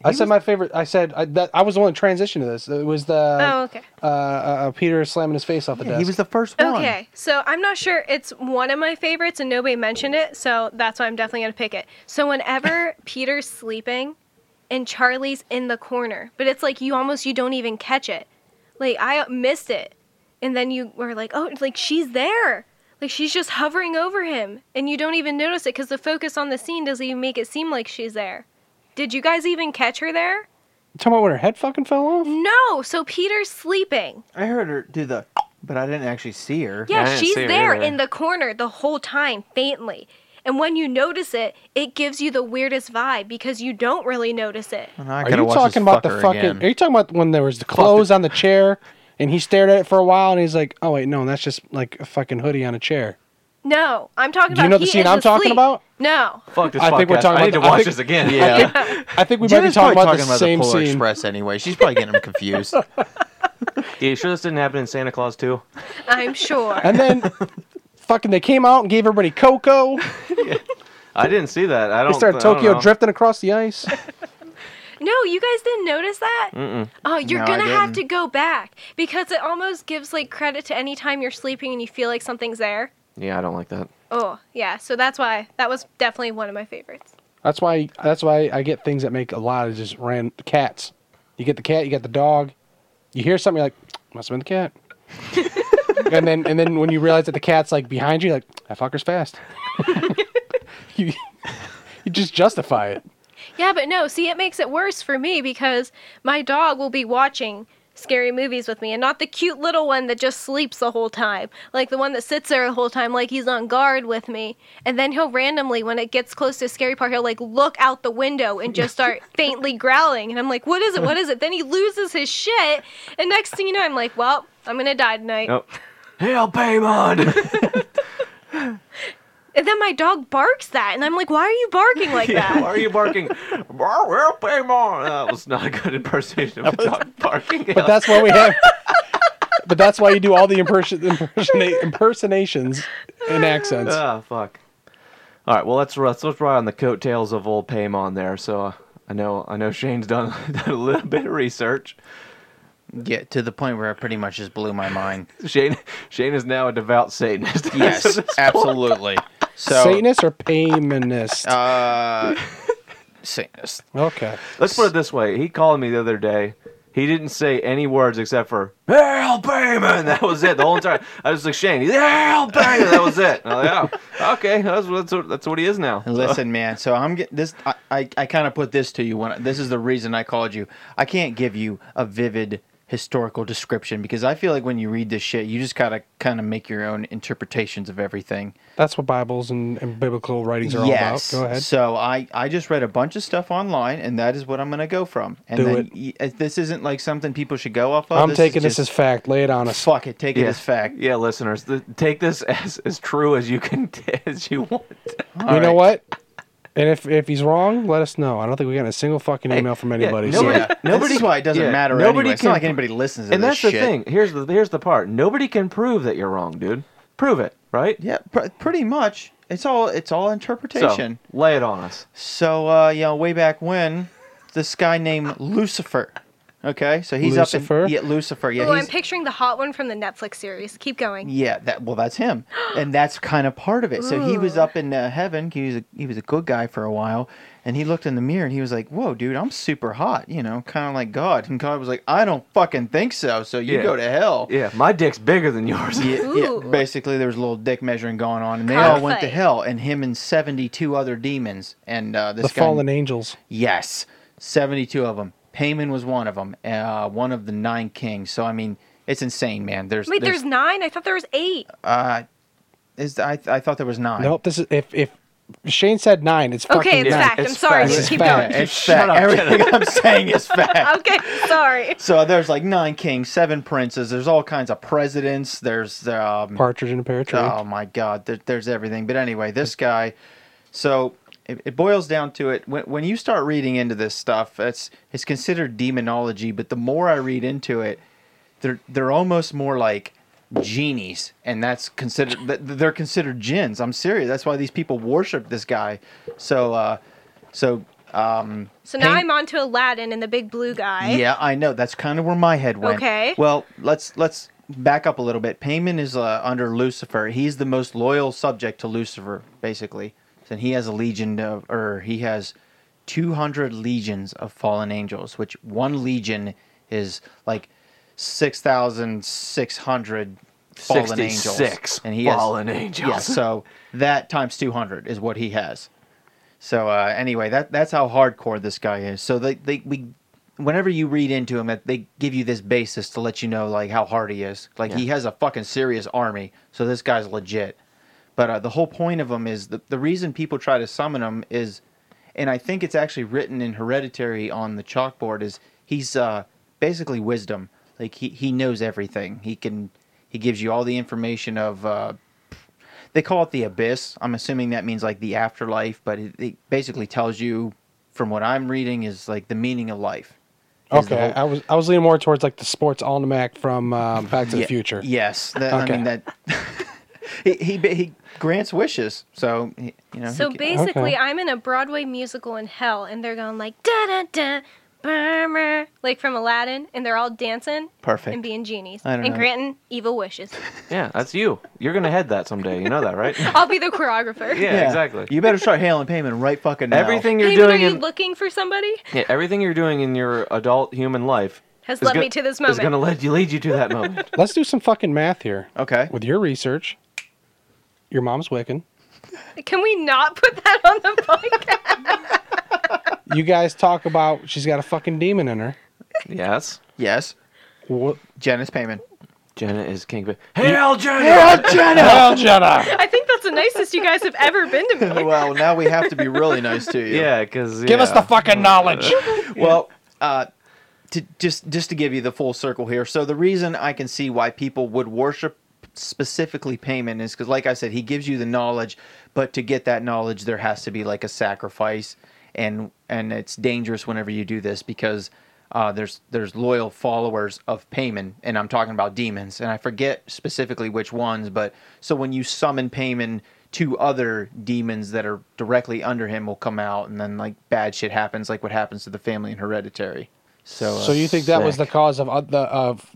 Speaker 4: I said my favorite. I said I, that I was the one to transition to this. It was the
Speaker 6: oh, okay.
Speaker 4: uh, uh, uh, Peter slamming his face off the
Speaker 7: yeah,
Speaker 4: desk.
Speaker 7: he was the first one.
Speaker 6: Okay, so I'm not sure it's one of my favorites, and nobody mentioned it, so that's why I'm definitely gonna pick it. So whenever Peter's sleeping, and Charlie's in the corner, but it's like you almost you don't even catch it. Like I missed it, and then you were like, oh, like she's there, like she's just hovering over him, and you don't even notice it because the focus on the scene doesn't even make it seem like she's there. Did you guys even catch her there?
Speaker 4: talking about when her head fucking fell off.
Speaker 6: No. So Peter's sleeping.
Speaker 7: I heard her do the, but I didn't actually see her.
Speaker 5: I
Speaker 6: Yeah,
Speaker 5: didn't
Speaker 6: she's
Speaker 5: see her
Speaker 6: there
Speaker 5: either.
Speaker 6: in the corner the whole time, faintly. And when you notice it, it gives you the weirdest vibe because you don't really notice it.
Speaker 7: And I
Speaker 4: Are
Speaker 7: gotta
Speaker 4: you
Speaker 7: watch
Speaker 4: talking
Speaker 7: this
Speaker 4: about the
Speaker 7: fucker
Speaker 4: fucking?
Speaker 7: again.
Speaker 4: Are you talking about when there was the clothes on the chair, and he stared at it for a while, and he's like, "Oh wait, no, that's just like a fucking hoodie on a chair."
Speaker 6: No, I'm talking
Speaker 4: Do you
Speaker 6: about.
Speaker 4: know the
Speaker 6: he
Speaker 4: scene
Speaker 6: is
Speaker 4: I'm talking
Speaker 6: asleep.
Speaker 4: about?
Speaker 6: No,
Speaker 5: Fuck this
Speaker 4: I
Speaker 5: podcast.
Speaker 4: think we're talking
Speaker 5: I
Speaker 4: about
Speaker 5: need
Speaker 4: the-
Speaker 5: to
Speaker 4: I
Speaker 5: watch
Speaker 4: think-
Speaker 5: this again.
Speaker 7: Yeah,
Speaker 4: I think we might be
Speaker 7: Jenna's
Speaker 4: talking
Speaker 7: probably
Speaker 4: about
Speaker 7: talking
Speaker 4: the
Speaker 7: about
Speaker 4: same
Speaker 7: the Polar
Speaker 4: scene.
Speaker 7: Express anyway. She's probably getting him confused.
Speaker 5: you sure this didn't happen in Santa Claus too?
Speaker 6: I'm sure.
Speaker 4: And then fucking they came out and gave everybody cocoa.
Speaker 5: I didn't see that. I don't.
Speaker 4: They started
Speaker 5: I don't
Speaker 4: Tokyo
Speaker 5: know.
Speaker 4: drifting across the ice.
Speaker 6: No, you guys didn't notice that?
Speaker 5: Mm-mm.
Speaker 6: Oh, you're
Speaker 7: No, I
Speaker 6: gonna have to
Speaker 7: didn't.
Speaker 6: go back because it almost gives like credit to any time you're sleeping and you feel like something's there.
Speaker 5: Yeah, I don't like that.
Speaker 6: Oh, yeah. So that's why that was definitely one of my favorites.
Speaker 4: That's why. That's why I get things that make a lot of just ran cats. You get the cat. You get the dog. You hear something you're like must have been the cat. and then and then when you realize that the cat's like behind you, like that fucker's fast. you you just justify it.
Speaker 6: Yeah, but no, see, it makes it worse for me because my dog will be watching scary movies with me and not the cute little one that just sleeps the whole time. Like the one that sits there the whole time, like he's on guard with me. And then he'll randomly, when it gets close to a scary part, he'll like look out the window and just start faintly growling. And I'm like, what is it? What is it? Then he loses his shit. And next thing you know, I'm like, well, I'm going to die tonight.
Speaker 5: Nope. Hail Paymon!
Speaker 6: And then my dog barks that. And I'm like, why are you barking like
Speaker 5: yeah,
Speaker 6: that?
Speaker 5: why are you barking? Hail Paymon! That was not a good impersonation of a dog barking.
Speaker 4: But that's why we have. but that's why you do all the imperson, impersona, impersonations and accents.
Speaker 7: Uh,
Speaker 5: Ah, fuck. All right, well let's let's let's ride on the coattails of old Paymon there. So uh, I know I know Shane's done, done a little bit of research.
Speaker 7: Yeah, to the point where it pretty much just blew my mind.
Speaker 5: Shane Shane is now a devout Satanist.
Speaker 7: Yes, absolutely. So,
Speaker 4: Satanist or paymanist?
Speaker 7: uh, Satanist.
Speaker 4: okay.
Speaker 5: Let's put it this way. He called me the other day. He didn't say any words except for "Hail Payman." That was it. The whole entire. I was like Shane. He's "Hail Payman." That was it. And I was like, oh, okay. That's what that's what, that's what he is now.
Speaker 7: Listen, man. So I'm get this. I I, I kind of put this to you when this is the reason I called you. I can't give you a vivid historical description because I feel like when you read this shit, you just gotta kind of make your own interpretations of everything.
Speaker 4: That's what Bibles and, and biblical writings are
Speaker 7: yes.
Speaker 4: all about. Go ahead.
Speaker 7: So I I just read a bunch of stuff online, and that is what I'm gonna go from. And
Speaker 4: Do
Speaker 7: then y- uh, this isn't like something people should go off of.
Speaker 4: I'm
Speaker 7: Oh, is
Speaker 4: taking this as
Speaker 7: just-
Speaker 4: fact. Lay it on us.
Speaker 7: fuck it. Take it
Speaker 5: Yeah.
Speaker 7: as fact.
Speaker 5: Yeah, listeners, th- take this as as true as you can as you want.
Speaker 4: you know what? And if if he's wrong, let us know. I don't think we got a single fucking email from
Speaker 5: yeah,
Speaker 4: anybody. so-
Speaker 5: nobody-
Speaker 7: yeah. This is why it doesn't
Speaker 5: yeah,
Speaker 7: matter.
Speaker 5: nobody
Speaker 7: anyway. It's not
Speaker 5: can-
Speaker 7: like anybody listens to
Speaker 5: and
Speaker 7: this
Speaker 5: that's
Speaker 7: shit.
Speaker 5: the thing. Here's the here's the part. Nobody can prove that you're wrong, dude. Prove it, right?
Speaker 7: Yeah, pr- pretty much. It's all it's all
Speaker 5: So,
Speaker 7: interpretation.
Speaker 5: lay it on us.
Speaker 7: So, uh, you know, way back when, this guy named Lucifer. Okay, so he's
Speaker 4: Lucifer?
Speaker 7: up in yeah, Lucifer. Yeah,
Speaker 6: oh, I'm
Speaker 7: he's-
Speaker 6: picturing the hot one from the Netflix series. Keep going.
Speaker 7: yeah. That well, that's him, and that's kind of part of it. So he was up in uh, heaven. He was a, he was a good guy for a while, and he looked in the mirror and he was like, "Whoa, dude, I'm super hot," you know, kind of like God. And God was like, "I don't fucking think so. So you
Speaker 5: Yeah.
Speaker 7: go to hell."
Speaker 5: Yeah, my dick's bigger than yours.
Speaker 7: Yeah, yeah,
Speaker 6: Ooh.
Speaker 7: basically there was a little dick measuring going on, and they all went to
Speaker 6: Cockfight.
Speaker 7: hell, and him and seventy-two other demons, and uh, this
Speaker 4: the
Speaker 7: guy,
Speaker 4: fallen angels.
Speaker 7: yes, seventy-two of them. Payman was one of them, uh, one of the nine kings. So I mean, it's insane, man. There's,
Speaker 6: Wait, there's nine? I thought there was eight.
Speaker 7: uh, is I, I thought there was nine.
Speaker 4: Nope. This is if if Shane said nine, it's fucking
Speaker 6: Okay, it's
Speaker 4: nine.
Speaker 6: fact.
Speaker 5: it's
Speaker 6: I'm sorry.
Speaker 5: fact.
Speaker 6: You
Speaker 7: It's
Speaker 6: keep
Speaker 7: fact.
Speaker 6: going.
Speaker 7: It's
Speaker 5: Shut
Speaker 7: fact.
Speaker 5: up,
Speaker 7: Everything I'm saying is fact.
Speaker 6: Okay, sorry.
Speaker 7: So there's like nine kings, seven princes. There's all kinds of presidents. There's um,
Speaker 4: Partridge in a pear tree.
Speaker 7: Oh my God, there, there's everything. But anyway, this guy. So it, it boils down to it. When, when you start reading into this stuff, it's it's considered demonology. But the more I read into it, they're they're almost more like genies, and that's considered th- they're considered jinns. I'm serious. That's why these people worship this guy. So uh, so um,
Speaker 6: So now
Speaker 7: Pain-
Speaker 6: I'm on to Aladdin and the big blue guy.
Speaker 7: yeah, I know. That's kind of where my head went.
Speaker 6: Okay.
Speaker 7: Well, let's let's back up a little bit. Payman is uh, under Lucifer. He's the most loyal subject to Lucifer, basically. And he has a legion of, or he has 200 legions of fallen angels, which one legion is like 6,600 fallen angels.
Speaker 5: 66 fallen angels.
Speaker 7: Yeah, so that times 200 is what he has. So uh, anyway, that that's how hardcore this guy is. So they, they we whenever you read into him, that they give you this basis to let you know like how hard he is. Like he has a fucking serious army. So this guy's legit. But uh, the whole point of him is the the reason people try to summon him is, and I think it's actually written in Hereditary on the chalkboard is he's uh, basically wisdom. Like he he knows everything. He can he gives you all the information of. Uh, they call it the abyss. I'm assuming that means like the afterlife, but it, it basically tells you, from what I'm reading, is like the meaning of life. Is the
Speaker 4: okay,
Speaker 7: whole-
Speaker 4: I was I was leaning more towards like the sports almanac from um, Back to
Speaker 7: Ye-
Speaker 4: the Future.
Speaker 7: Yes, that, I
Speaker 4: Okay.
Speaker 7: mean that. he, he ba- he grants wishes, so he- you know. he
Speaker 6: So
Speaker 7: ca-
Speaker 6: basically,
Speaker 4: Okay.
Speaker 6: I'm in a Broadway musical in hell, and they're going like da da da, "Burma," like from Aladdin, and they're all dancing
Speaker 5: Perfect.
Speaker 6: and being genies
Speaker 5: I don't
Speaker 6: and
Speaker 5: know.
Speaker 6: granting evil wishes.
Speaker 5: Yeah, that's you. You're gonna head that someday. You know that, right?
Speaker 6: I'll be the choreographer.
Speaker 5: Yeah, exactly.
Speaker 7: You better start hailing payment right fucking now.
Speaker 5: Everything you're
Speaker 6: Even
Speaker 5: doing
Speaker 6: are you
Speaker 5: in
Speaker 6: looking for somebody?
Speaker 5: yeah, everything you're doing in your adult human life
Speaker 6: Has
Speaker 5: is
Speaker 6: led
Speaker 5: gonna-
Speaker 6: me to this
Speaker 5: Is
Speaker 6: moment.
Speaker 5: gonna lead you lead you to that moment.
Speaker 4: Let's do some fucking math here.
Speaker 7: Okay.
Speaker 4: With your research, your mom's Wiccan.
Speaker 6: Can we not put that on the podcast?
Speaker 4: You guys talk about she's got a fucking demon in her.
Speaker 5: Yes.
Speaker 7: Yes.
Speaker 4: What?
Speaker 7: Jenna's payment.
Speaker 5: Jenna is king. Ba- Hail Jenna!
Speaker 7: Hail Jenna!
Speaker 4: Hail Jenna!
Speaker 6: I think that's the nicest you guys have ever been to me.
Speaker 7: well, now we have to be really nice to you.
Speaker 5: Yeah, because
Speaker 4: Give us the fucking knowledge.
Speaker 7: Well, uh, to just just to give you the full circle here. So the reason I can see why people would worship specifically payment is because, like I said, he gives you the knowledge, but to get that knowledge, there has to be like a sacrifice, and and it's dangerous whenever you do this because. Uh, there's there's loyal followers of Payman, and I'm talking about demons, and I forget specifically which ones, but so when you summon Payman, two other demons that are directly under him will come out, and then like bad shit happens, like what happens to the family in Hereditary. So, uh,
Speaker 4: So you think that was the
Speaker 5: Sick.
Speaker 4: cause of uh, the of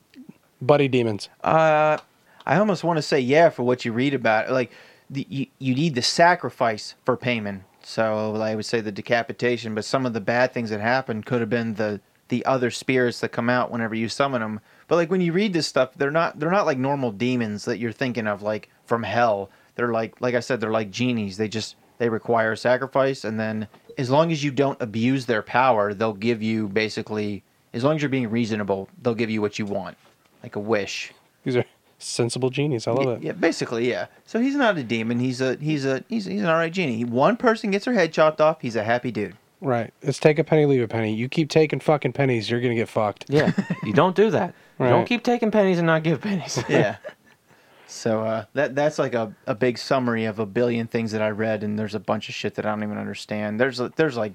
Speaker 4: buddy demons?
Speaker 7: Uh, I almost want to say yeah for what you read about. Like, the, you you need the sacrifice for payment. So I would say the decapitation, but some of the bad things that happened could have been the the other spirits that come out whenever you summon them. But like when you read this stuff, they're not they're not like normal demons that you're thinking of like from hell. They're like like I said, they're like genies. They just they require sacrifice, and then as long as you don't abuse their power, they'll give you basically as long as you're being reasonable, they'll give you what you want, like a wish.
Speaker 4: These are sensible genies. I love it.
Speaker 7: Yeah, basically, yeah. So he's not a demon. He's a he's a he's, he's an alright genie. One person gets her head chopped off. He's a happy dude.
Speaker 4: Right. Let's take a penny, leave a penny. You keep taking fucking pennies, you're gonna get fucked.
Speaker 5: Yeah, you don't do that. You Don't
Speaker 4: Right.
Speaker 5: keep taking pennies and not give pennies.
Speaker 7: Yeah. so uh, that that's like a, a big summary of a billion things that I read, and there's a bunch of shit that I don't even understand. There's there's like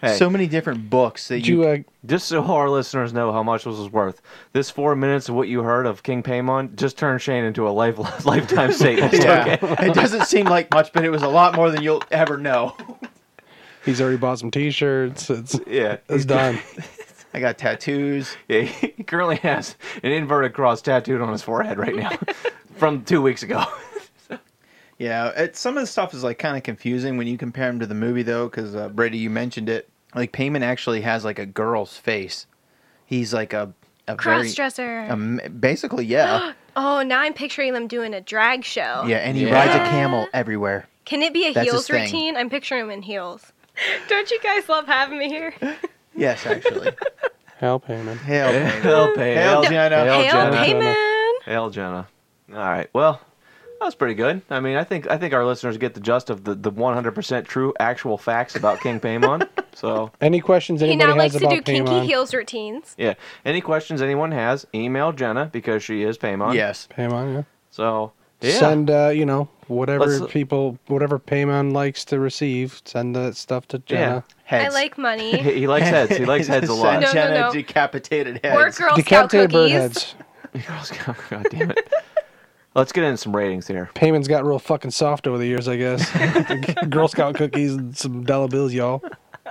Speaker 5: Hey.
Speaker 7: so many different books that
Speaker 4: Did you
Speaker 7: you.
Speaker 4: uh,
Speaker 5: Just so our listeners know how much this was worth, this four minutes of what you heard of King Paimon just turned Shane into a life, lifetime Satanist.
Speaker 7: yeah, it doesn't seem like much, but it was a lot more than you'll ever know.
Speaker 4: he's already bought some T-shirts. It's
Speaker 5: Yeah.
Speaker 4: it's done.
Speaker 7: I got tattoos.
Speaker 5: Yeah, he currently has an inverted cross tattooed on his forehead right now from two weeks ago.
Speaker 7: Yeah, it, some of the stuff is like kind of confusing when you compare him to the movie though, because uh, Brady, you mentioned it. Like Payman actually has like a girl's face. He's like a, a very-
Speaker 6: Crossdresser.
Speaker 7: um, basically, yeah,
Speaker 6: oh, now I'm picturing them doing a drag show.
Speaker 7: yeah, and he
Speaker 5: Yeah.
Speaker 7: rides a camel everywhere.
Speaker 6: Can it be a
Speaker 7: That's his
Speaker 6: heels
Speaker 7: thing.
Speaker 6: routine? I'm picturing him in heels. Don't you guys love having me here?
Speaker 7: Yes, actually.
Speaker 4: Hell payment.
Speaker 7: Hail, Payman.
Speaker 5: Hail, Pay-
Speaker 7: Hail,
Speaker 4: Oh,
Speaker 7: Jenna.
Speaker 5: Hail,
Speaker 6: Hail,
Speaker 5: Jenna.
Speaker 6: Payman!
Speaker 5: Hail, Jenna. All right. Well, that was pretty good. I mean, I think I think our listeners get the gist of the, the 100% true actual facts about King Paimon. so,
Speaker 4: Any questions
Speaker 6: He
Speaker 4: anybody
Speaker 6: now likes
Speaker 4: has
Speaker 6: to
Speaker 4: about
Speaker 6: do kinky
Speaker 4: Paimon?
Speaker 6: heels routines.
Speaker 5: yeah. Any questions anyone has, email Jenna because she is Paimon.
Speaker 7: Yes,
Speaker 4: Paimon, yeah.
Speaker 5: So, yeah.
Speaker 4: Send uh, you know whatever
Speaker 5: Let's- uh,
Speaker 4: people whatever Paimon likes to receive. Send that stuff to Jenna.
Speaker 7: heads.
Speaker 6: I like money.
Speaker 5: He, he likes heads. He likes heads a lot.
Speaker 6: No, no,
Speaker 7: Jenna
Speaker 6: no.
Speaker 7: decapitated
Speaker 6: or
Speaker 7: heads.
Speaker 6: Girl Scout
Speaker 4: Decapitated bird
Speaker 6: cookies.
Speaker 4: heads.
Speaker 5: Girl Scout, God damn it. Let's get into some ratings here.
Speaker 4: Payman's got real fucking soft over the years, I guess. Girl Scout cookies and some dollar bills, y'all.
Speaker 5: All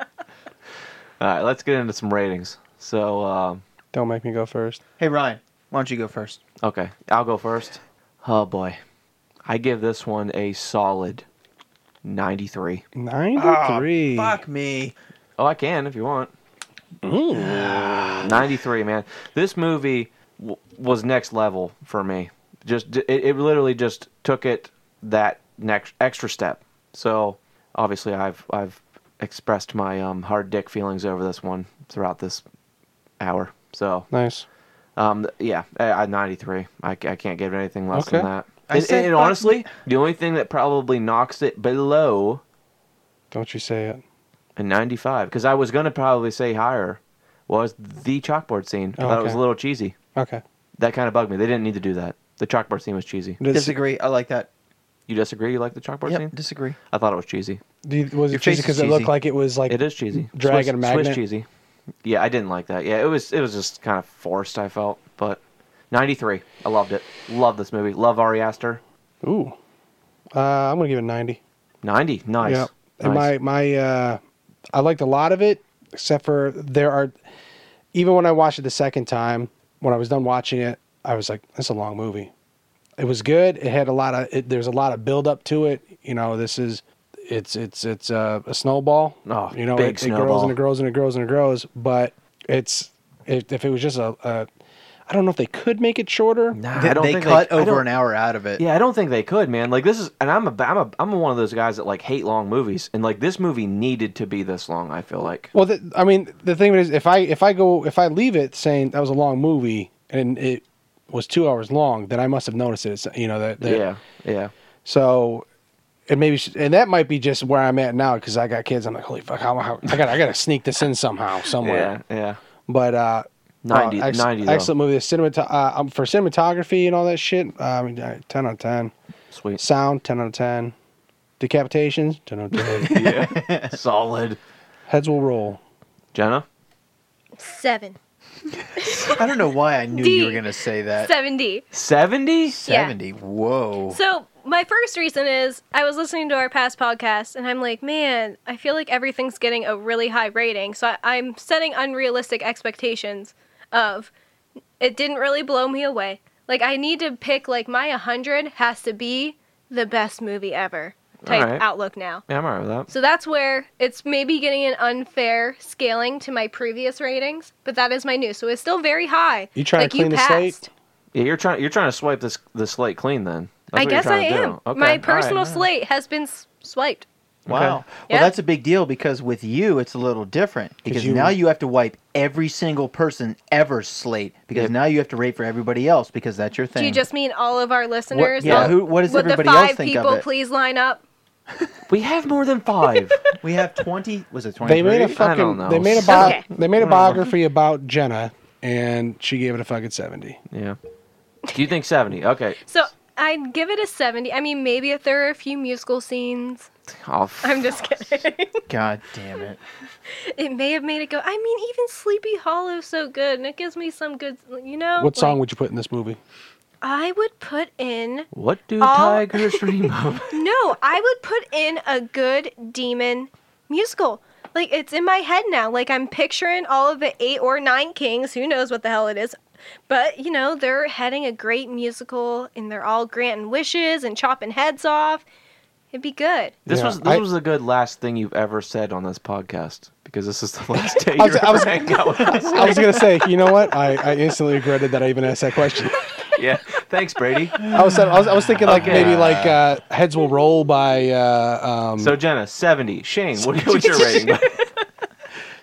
Speaker 5: right, let's get into some ratings. So, um,
Speaker 4: Don't make me go first.
Speaker 7: Hey Ryan, why don't you go first?
Speaker 5: okay, I'll go first. Oh boy, I give this one a solid 93.
Speaker 4: Ninety-three.
Speaker 7: Ah, Fuck me.
Speaker 5: Oh, I can if you want. 93, man. This movie w- was next level for me. Just it, it literally just took it that next extra step. So obviously, I've I've expressed my um, hard dick feelings over this one throughout this hour. So
Speaker 4: Nice.
Speaker 5: um, th- yeah, I, I 93. I, ca- I can't give it anything less
Speaker 4: Okay.
Speaker 5: than that.
Speaker 7: I
Speaker 5: And,
Speaker 7: said
Speaker 5: and
Speaker 7: fuck-
Speaker 5: honestly, the only thing that probably knocks it below
Speaker 4: Don't you say it.
Speaker 5: and 95 because I was gonna probably say higher was the chalkboard scene. I
Speaker 4: Oh,
Speaker 5: thought it was
Speaker 4: okay.
Speaker 5: a little cheesy.
Speaker 4: Okay.
Speaker 5: That kind of bugged me. They didn't need to do that. The chalkboard scene was cheesy.
Speaker 4: Does-
Speaker 7: Disagree. I like that.
Speaker 5: You disagree? You like the chalkboard
Speaker 7: Yep,
Speaker 5: scene?
Speaker 7: disagree.
Speaker 5: I thought it was cheesy.
Speaker 4: do you- was
Speaker 7: Your face
Speaker 4: it cheesy
Speaker 7: is
Speaker 4: because it looked
Speaker 7: cheesy.
Speaker 4: like it was like
Speaker 5: It is cheesy.
Speaker 4: Dragon
Speaker 5: Swiss,
Speaker 4: magnet.
Speaker 5: Swiss cheesy. Yeah, I didn't like that. Yeah, it was it was just kind of forced. I felt, but 93. I loved it. Love this movie. Love Ari Aster.
Speaker 4: Ooh. Uh, I'm gonna give it ninety.
Speaker 5: 90. Nice.
Speaker 4: Yeah. And
Speaker 5: Nice.
Speaker 4: my my uh, I liked a lot of it. except for there are even when I watched it the second time, when I was done watching it, I was like, "That's a long movie." It was good. It had a lot of it, there's a lot of build up to it. You know, this is it's it's it's uh, a snowball.
Speaker 5: Oh,
Speaker 4: you know,
Speaker 5: big
Speaker 4: it, it grows
Speaker 5: snowball.
Speaker 4: and it grows and it grows and it grows. But it's it, if it was just a, a I don't know if they could make it shorter.
Speaker 5: Nah,
Speaker 7: They,
Speaker 5: I don't
Speaker 7: they
Speaker 5: think
Speaker 7: cut
Speaker 5: I
Speaker 7: over
Speaker 5: don't-
Speaker 7: an hour out of it.
Speaker 5: Yeah, I don't think they could, man. Like this is, and I'm a, I'm a, I'm one of those guys that like hate long movies, and like this movie needed to be this long. I feel like.
Speaker 4: Well, the, I mean, the thing is, if I if I go if I leave it saying that was a long movie and it was two hours long, then I must have noticed it. It's, you know that, that
Speaker 5: Yeah, yeah.
Speaker 4: So, and maybe sh- and that might be just where I'm at now because I got kids. I'm like, holy fuck, how, how I got I got to sneak this in somehow somewhere.
Speaker 5: Yeah, yeah.
Speaker 4: But uh,
Speaker 5: 90
Speaker 4: ex-
Speaker 5: 90 though.
Speaker 4: excellent movie. The cinemat- uh, um, for cinematography and all that shit. uh, I mean, uh, ten out of ten.
Speaker 5: Sweet.
Speaker 4: Sound ten out of ten. Decapitations ten out of ten.
Speaker 5: Yeah. Solid.
Speaker 4: Heads will roll.
Speaker 5: Jenna?
Speaker 6: Seven.
Speaker 7: I don't know why I knew you were
Speaker 6: D.
Speaker 7: going to say that.
Speaker 6: Seven D.
Speaker 5: 70?
Speaker 7: 70. Whoa.
Speaker 6: So my first reason is I was listening to our past podcast and I'm like, man, I feel like everything's getting a really high rating. So I, I'm setting unrealistic expectations of it didn't really blow me away. Like I need to pick like my 100 has to be the best movie ever type
Speaker 5: Alright.
Speaker 6: outlook now.
Speaker 5: Yeah, I'm alright with that.
Speaker 6: So that's where it's maybe getting an unfair scaling to my previous ratings, but that is my new. So it's still very high.
Speaker 4: You trying to clean the slate?
Speaker 5: Yeah, you're trying you're trying to swipe this the slate clean then. That's
Speaker 6: I
Speaker 5: what
Speaker 6: guess
Speaker 5: you're
Speaker 6: I
Speaker 5: trying to do.
Speaker 6: am.
Speaker 5: Okay,
Speaker 6: My
Speaker 5: alright,
Speaker 6: personal
Speaker 5: alright.
Speaker 6: slate has been s- swiped.
Speaker 7: Wow.
Speaker 6: Yeah.
Speaker 7: Well, that's a big deal because with you, it's a little different because
Speaker 4: you-
Speaker 7: now you have to wipe every single person ever's slate because
Speaker 5: Yep.
Speaker 7: now you have to rate for everybody else because that's your thing.
Speaker 6: Do you just mean all of our listeners?
Speaker 7: yeah,
Speaker 6: All-
Speaker 7: who- what does
Speaker 6: would
Speaker 7: everybody
Speaker 6: the
Speaker 7: else
Speaker 6: five
Speaker 7: think of
Speaker 6: people
Speaker 7: it?
Speaker 6: please line up?
Speaker 5: We have more than five.
Speaker 7: we have 20. Was it 23?
Speaker 4: They made a
Speaker 5: f- I don't
Speaker 4: fucking.
Speaker 5: know.
Speaker 4: They made a bi-
Speaker 6: Okay.
Speaker 4: they made a biography about Jenna, and she gave it a fucking seventy.
Speaker 5: yeah. Do you think seventy? Okay.
Speaker 6: So I'd give it a 70. I mean, maybe if there are a few musical scenes.
Speaker 5: Oh, f-
Speaker 6: I'm just kidding.
Speaker 7: God damn it.
Speaker 6: it may have made it go. I mean, even Sleepy Hollow's so good, and it gives me some good, you know?
Speaker 4: What song
Speaker 6: like,
Speaker 4: would you put in this movie?
Speaker 6: I would put in.
Speaker 5: what do
Speaker 6: All-
Speaker 5: tigers dream of?
Speaker 6: No, I would put in a good demon musical. Like it's in my head now. Like I'm picturing all of the eight or nine kings. Who knows what the hell it is? But you know they're heading a great musical, and they're all granting wishes and chopping heads off. It'd be good.
Speaker 5: This
Speaker 4: Yeah,
Speaker 5: was this
Speaker 4: I-
Speaker 5: was a good last thing you've ever said on this podcast because this is the last day
Speaker 4: I was-
Speaker 5: you're
Speaker 4: I was-
Speaker 5: hanging out with us.
Speaker 4: I was gonna say, you know what? I, I instantly regretted that I even asked that question.
Speaker 5: Yeah. Thanks, Brady.
Speaker 4: I was I was, I was thinking like
Speaker 5: Okay.
Speaker 4: maybe like uh, heads will roll by. Uh, um,
Speaker 5: So Jenna, seventy. Shane, what, what's your rating?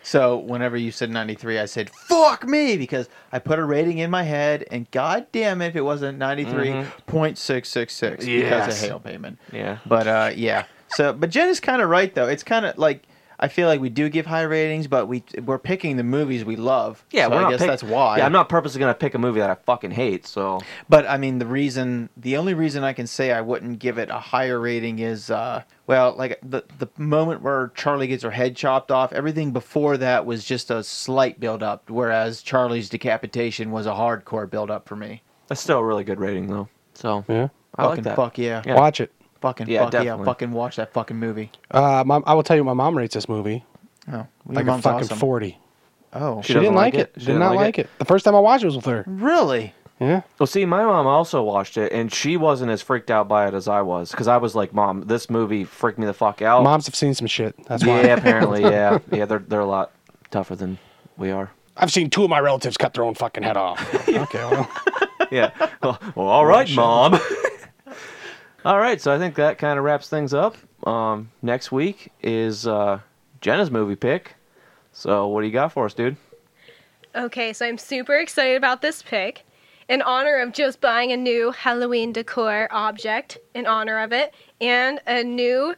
Speaker 7: So whenever you said 93, I said, fuck me because I put a rating in my head and god damn it if it wasn't 93.666 because
Speaker 5: Yes.
Speaker 7: of Hail Payment.
Speaker 5: yeah.
Speaker 7: But uh, yeah. So, but Jen is kind of right though. It's kind of like I feel like we do give high ratings, but we we're picking the movies we love.
Speaker 5: Yeah,
Speaker 7: so
Speaker 5: we're
Speaker 7: I
Speaker 5: not
Speaker 7: guess
Speaker 5: pick-
Speaker 7: that's why.
Speaker 5: Yeah, I'm not purposely gonna pick a movie that I fucking hate. So
Speaker 7: But I mean, the reason, the only reason I can say I wouldn't give it a higher rating is, uh, well, like the the moment where Charlie gets her head chopped off, everything before that was just a slight build up, whereas Charlie's decapitation was a hardcore build up for me.
Speaker 5: that's still a really good rating though. So
Speaker 4: yeah,
Speaker 5: I like
Speaker 7: fucking
Speaker 5: that.
Speaker 7: fuck yeah,
Speaker 5: Yeah.
Speaker 4: watch it.
Speaker 7: fucking
Speaker 5: Yeah,
Speaker 7: fuck yeah,
Speaker 5: definitely.
Speaker 7: fucking watch that fucking movie.
Speaker 4: Uh, mom, I will tell you, my mom rates this movie
Speaker 7: Oh, your
Speaker 4: like a
Speaker 7: mom's
Speaker 4: fucking
Speaker 7: awesome.
Speaker 4: forty.
Speaker 7: Oh,
Speaker 4: She,
Speaker 5: doesn't
Speaker 4: didn't like
Speaker 5: like
Speaker 4: it.
Speaker 5: it? She
Speaker 4: Did not like it. The first time I watched it was with her.
Speaker 7: really?
Speaker 4: Yeah,
Speaker 5: Well, see, my mom also watched it, and she wasn't as freaked out by it as I was, because I was like, "Mom, this movie freaked me the fuck out."
Speaker 4: moms have seen some shit. That's why
Speaker 5: yeah, apparently, yeah, yeah, they're they're a lot tougher than we are.
Speaker 4: I've seen two of my relatives cut their own fucking head off. okay, well,
Speaker 5: Yeah. Well, well, all right, mom. all right, so I think that kind of wraps things up. Um, next week is uh, Jenna's movie pick. So, what do you got for us, dude?
Speaker 6: Okay, so I'm super excited about this pick. In honor of just buying a new Halloween decor object, in honor of it, and a new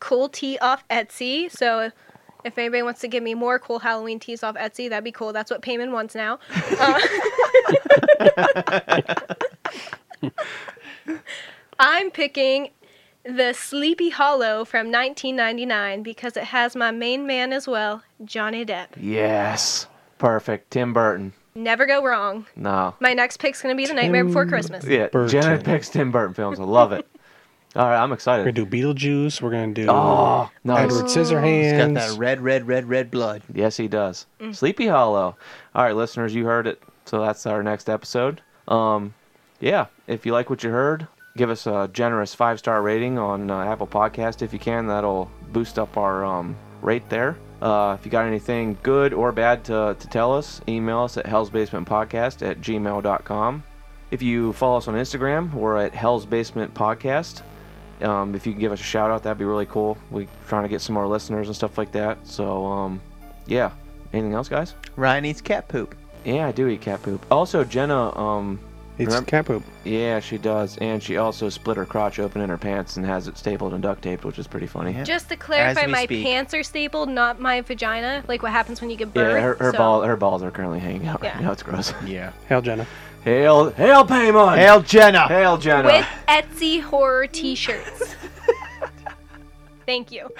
Speaker 6: cool tee off Etsy. So if anybody wants to give me more cool Halloween tees off Etsy, that'd be cool. That's what Payman wants now. Uh, Uh, I'm picking the Sleepy Hollow from 1999 because it has my main man as well, Johnny Depp.
Speaker 5: Yes. Perfect. Tim Burton.
Speaker 6: Never go wrong.
Speaker 5: No.
Speaker 6: My next pick's gonna be The Nightmare Before Christmas.
Speaker 5: Yeah,
Speaker 4: Burton.
Speaker 5: Jenna picks Tim Burton films. I love it. All right, I'm excited.
Speaker 4: We're gonna do Beetlejuice. We're gonna do
Speaker 5: Oh, nice.
Speaker 4: Edward
Speaker 7: He's
Speaker 4: Scissorhands.
Speaker 7: got that red, red, red, red blood.
Speaker 5: Yes, he does. Sleepy Hollow. All right, listeners, you heard it. So that's our next episode. Um, yeah, if you like what you heard, give us a generous five star rating on uh, Apple Podcast if you can. That'll boost up our um, rate there. Uh, if you got anything good or bad to, to tell us, email us at hellsbasementpodcast at gmail.com. If you follow us on Instagram, we're at Hell's Basement Podcast. Um, if you can give us a shout out, that'd be really cool. We're trying to get some more listeners and stuff like that. So, um, yeah. Anything else, guys?
Speaker 7: Ryan eats cat poop.
Speaker 5: Yeah, I do eat cat poop. Also, Jenna, um,
Speaker 4: It's
Speaker 5: remem-
Speaker 4: cat poop.
Speaker 5: yeah, she does, and she also split her crotch open in her pants and has it stapled and duct taped, which is pretty funny.
Speaker 7: Yeah.
Speaker 6: Just to clarify,
Speaker 7: we
Speaker 6: my
Speaker 7: speak.
Speaker 6: pants are stapled, not my vagina. Like what happens when you give birth.
Speaker 5: Yeah, her, her
Speaker 6: so-
Speaker 5: ball, her balls are currently hanging out right
Speaker 6: Yeah.
Speaker 5: now. It's gross.
Speaker 7: Yeah.
Speaker 4: Hail Jenna.
Speaker 5: Hail, hail Paimon!
Speaker 7: Hail Jenna!
Speaker 5: hail Jenna!
Speaker 6: With Etsy horror T-shirts. Thank you.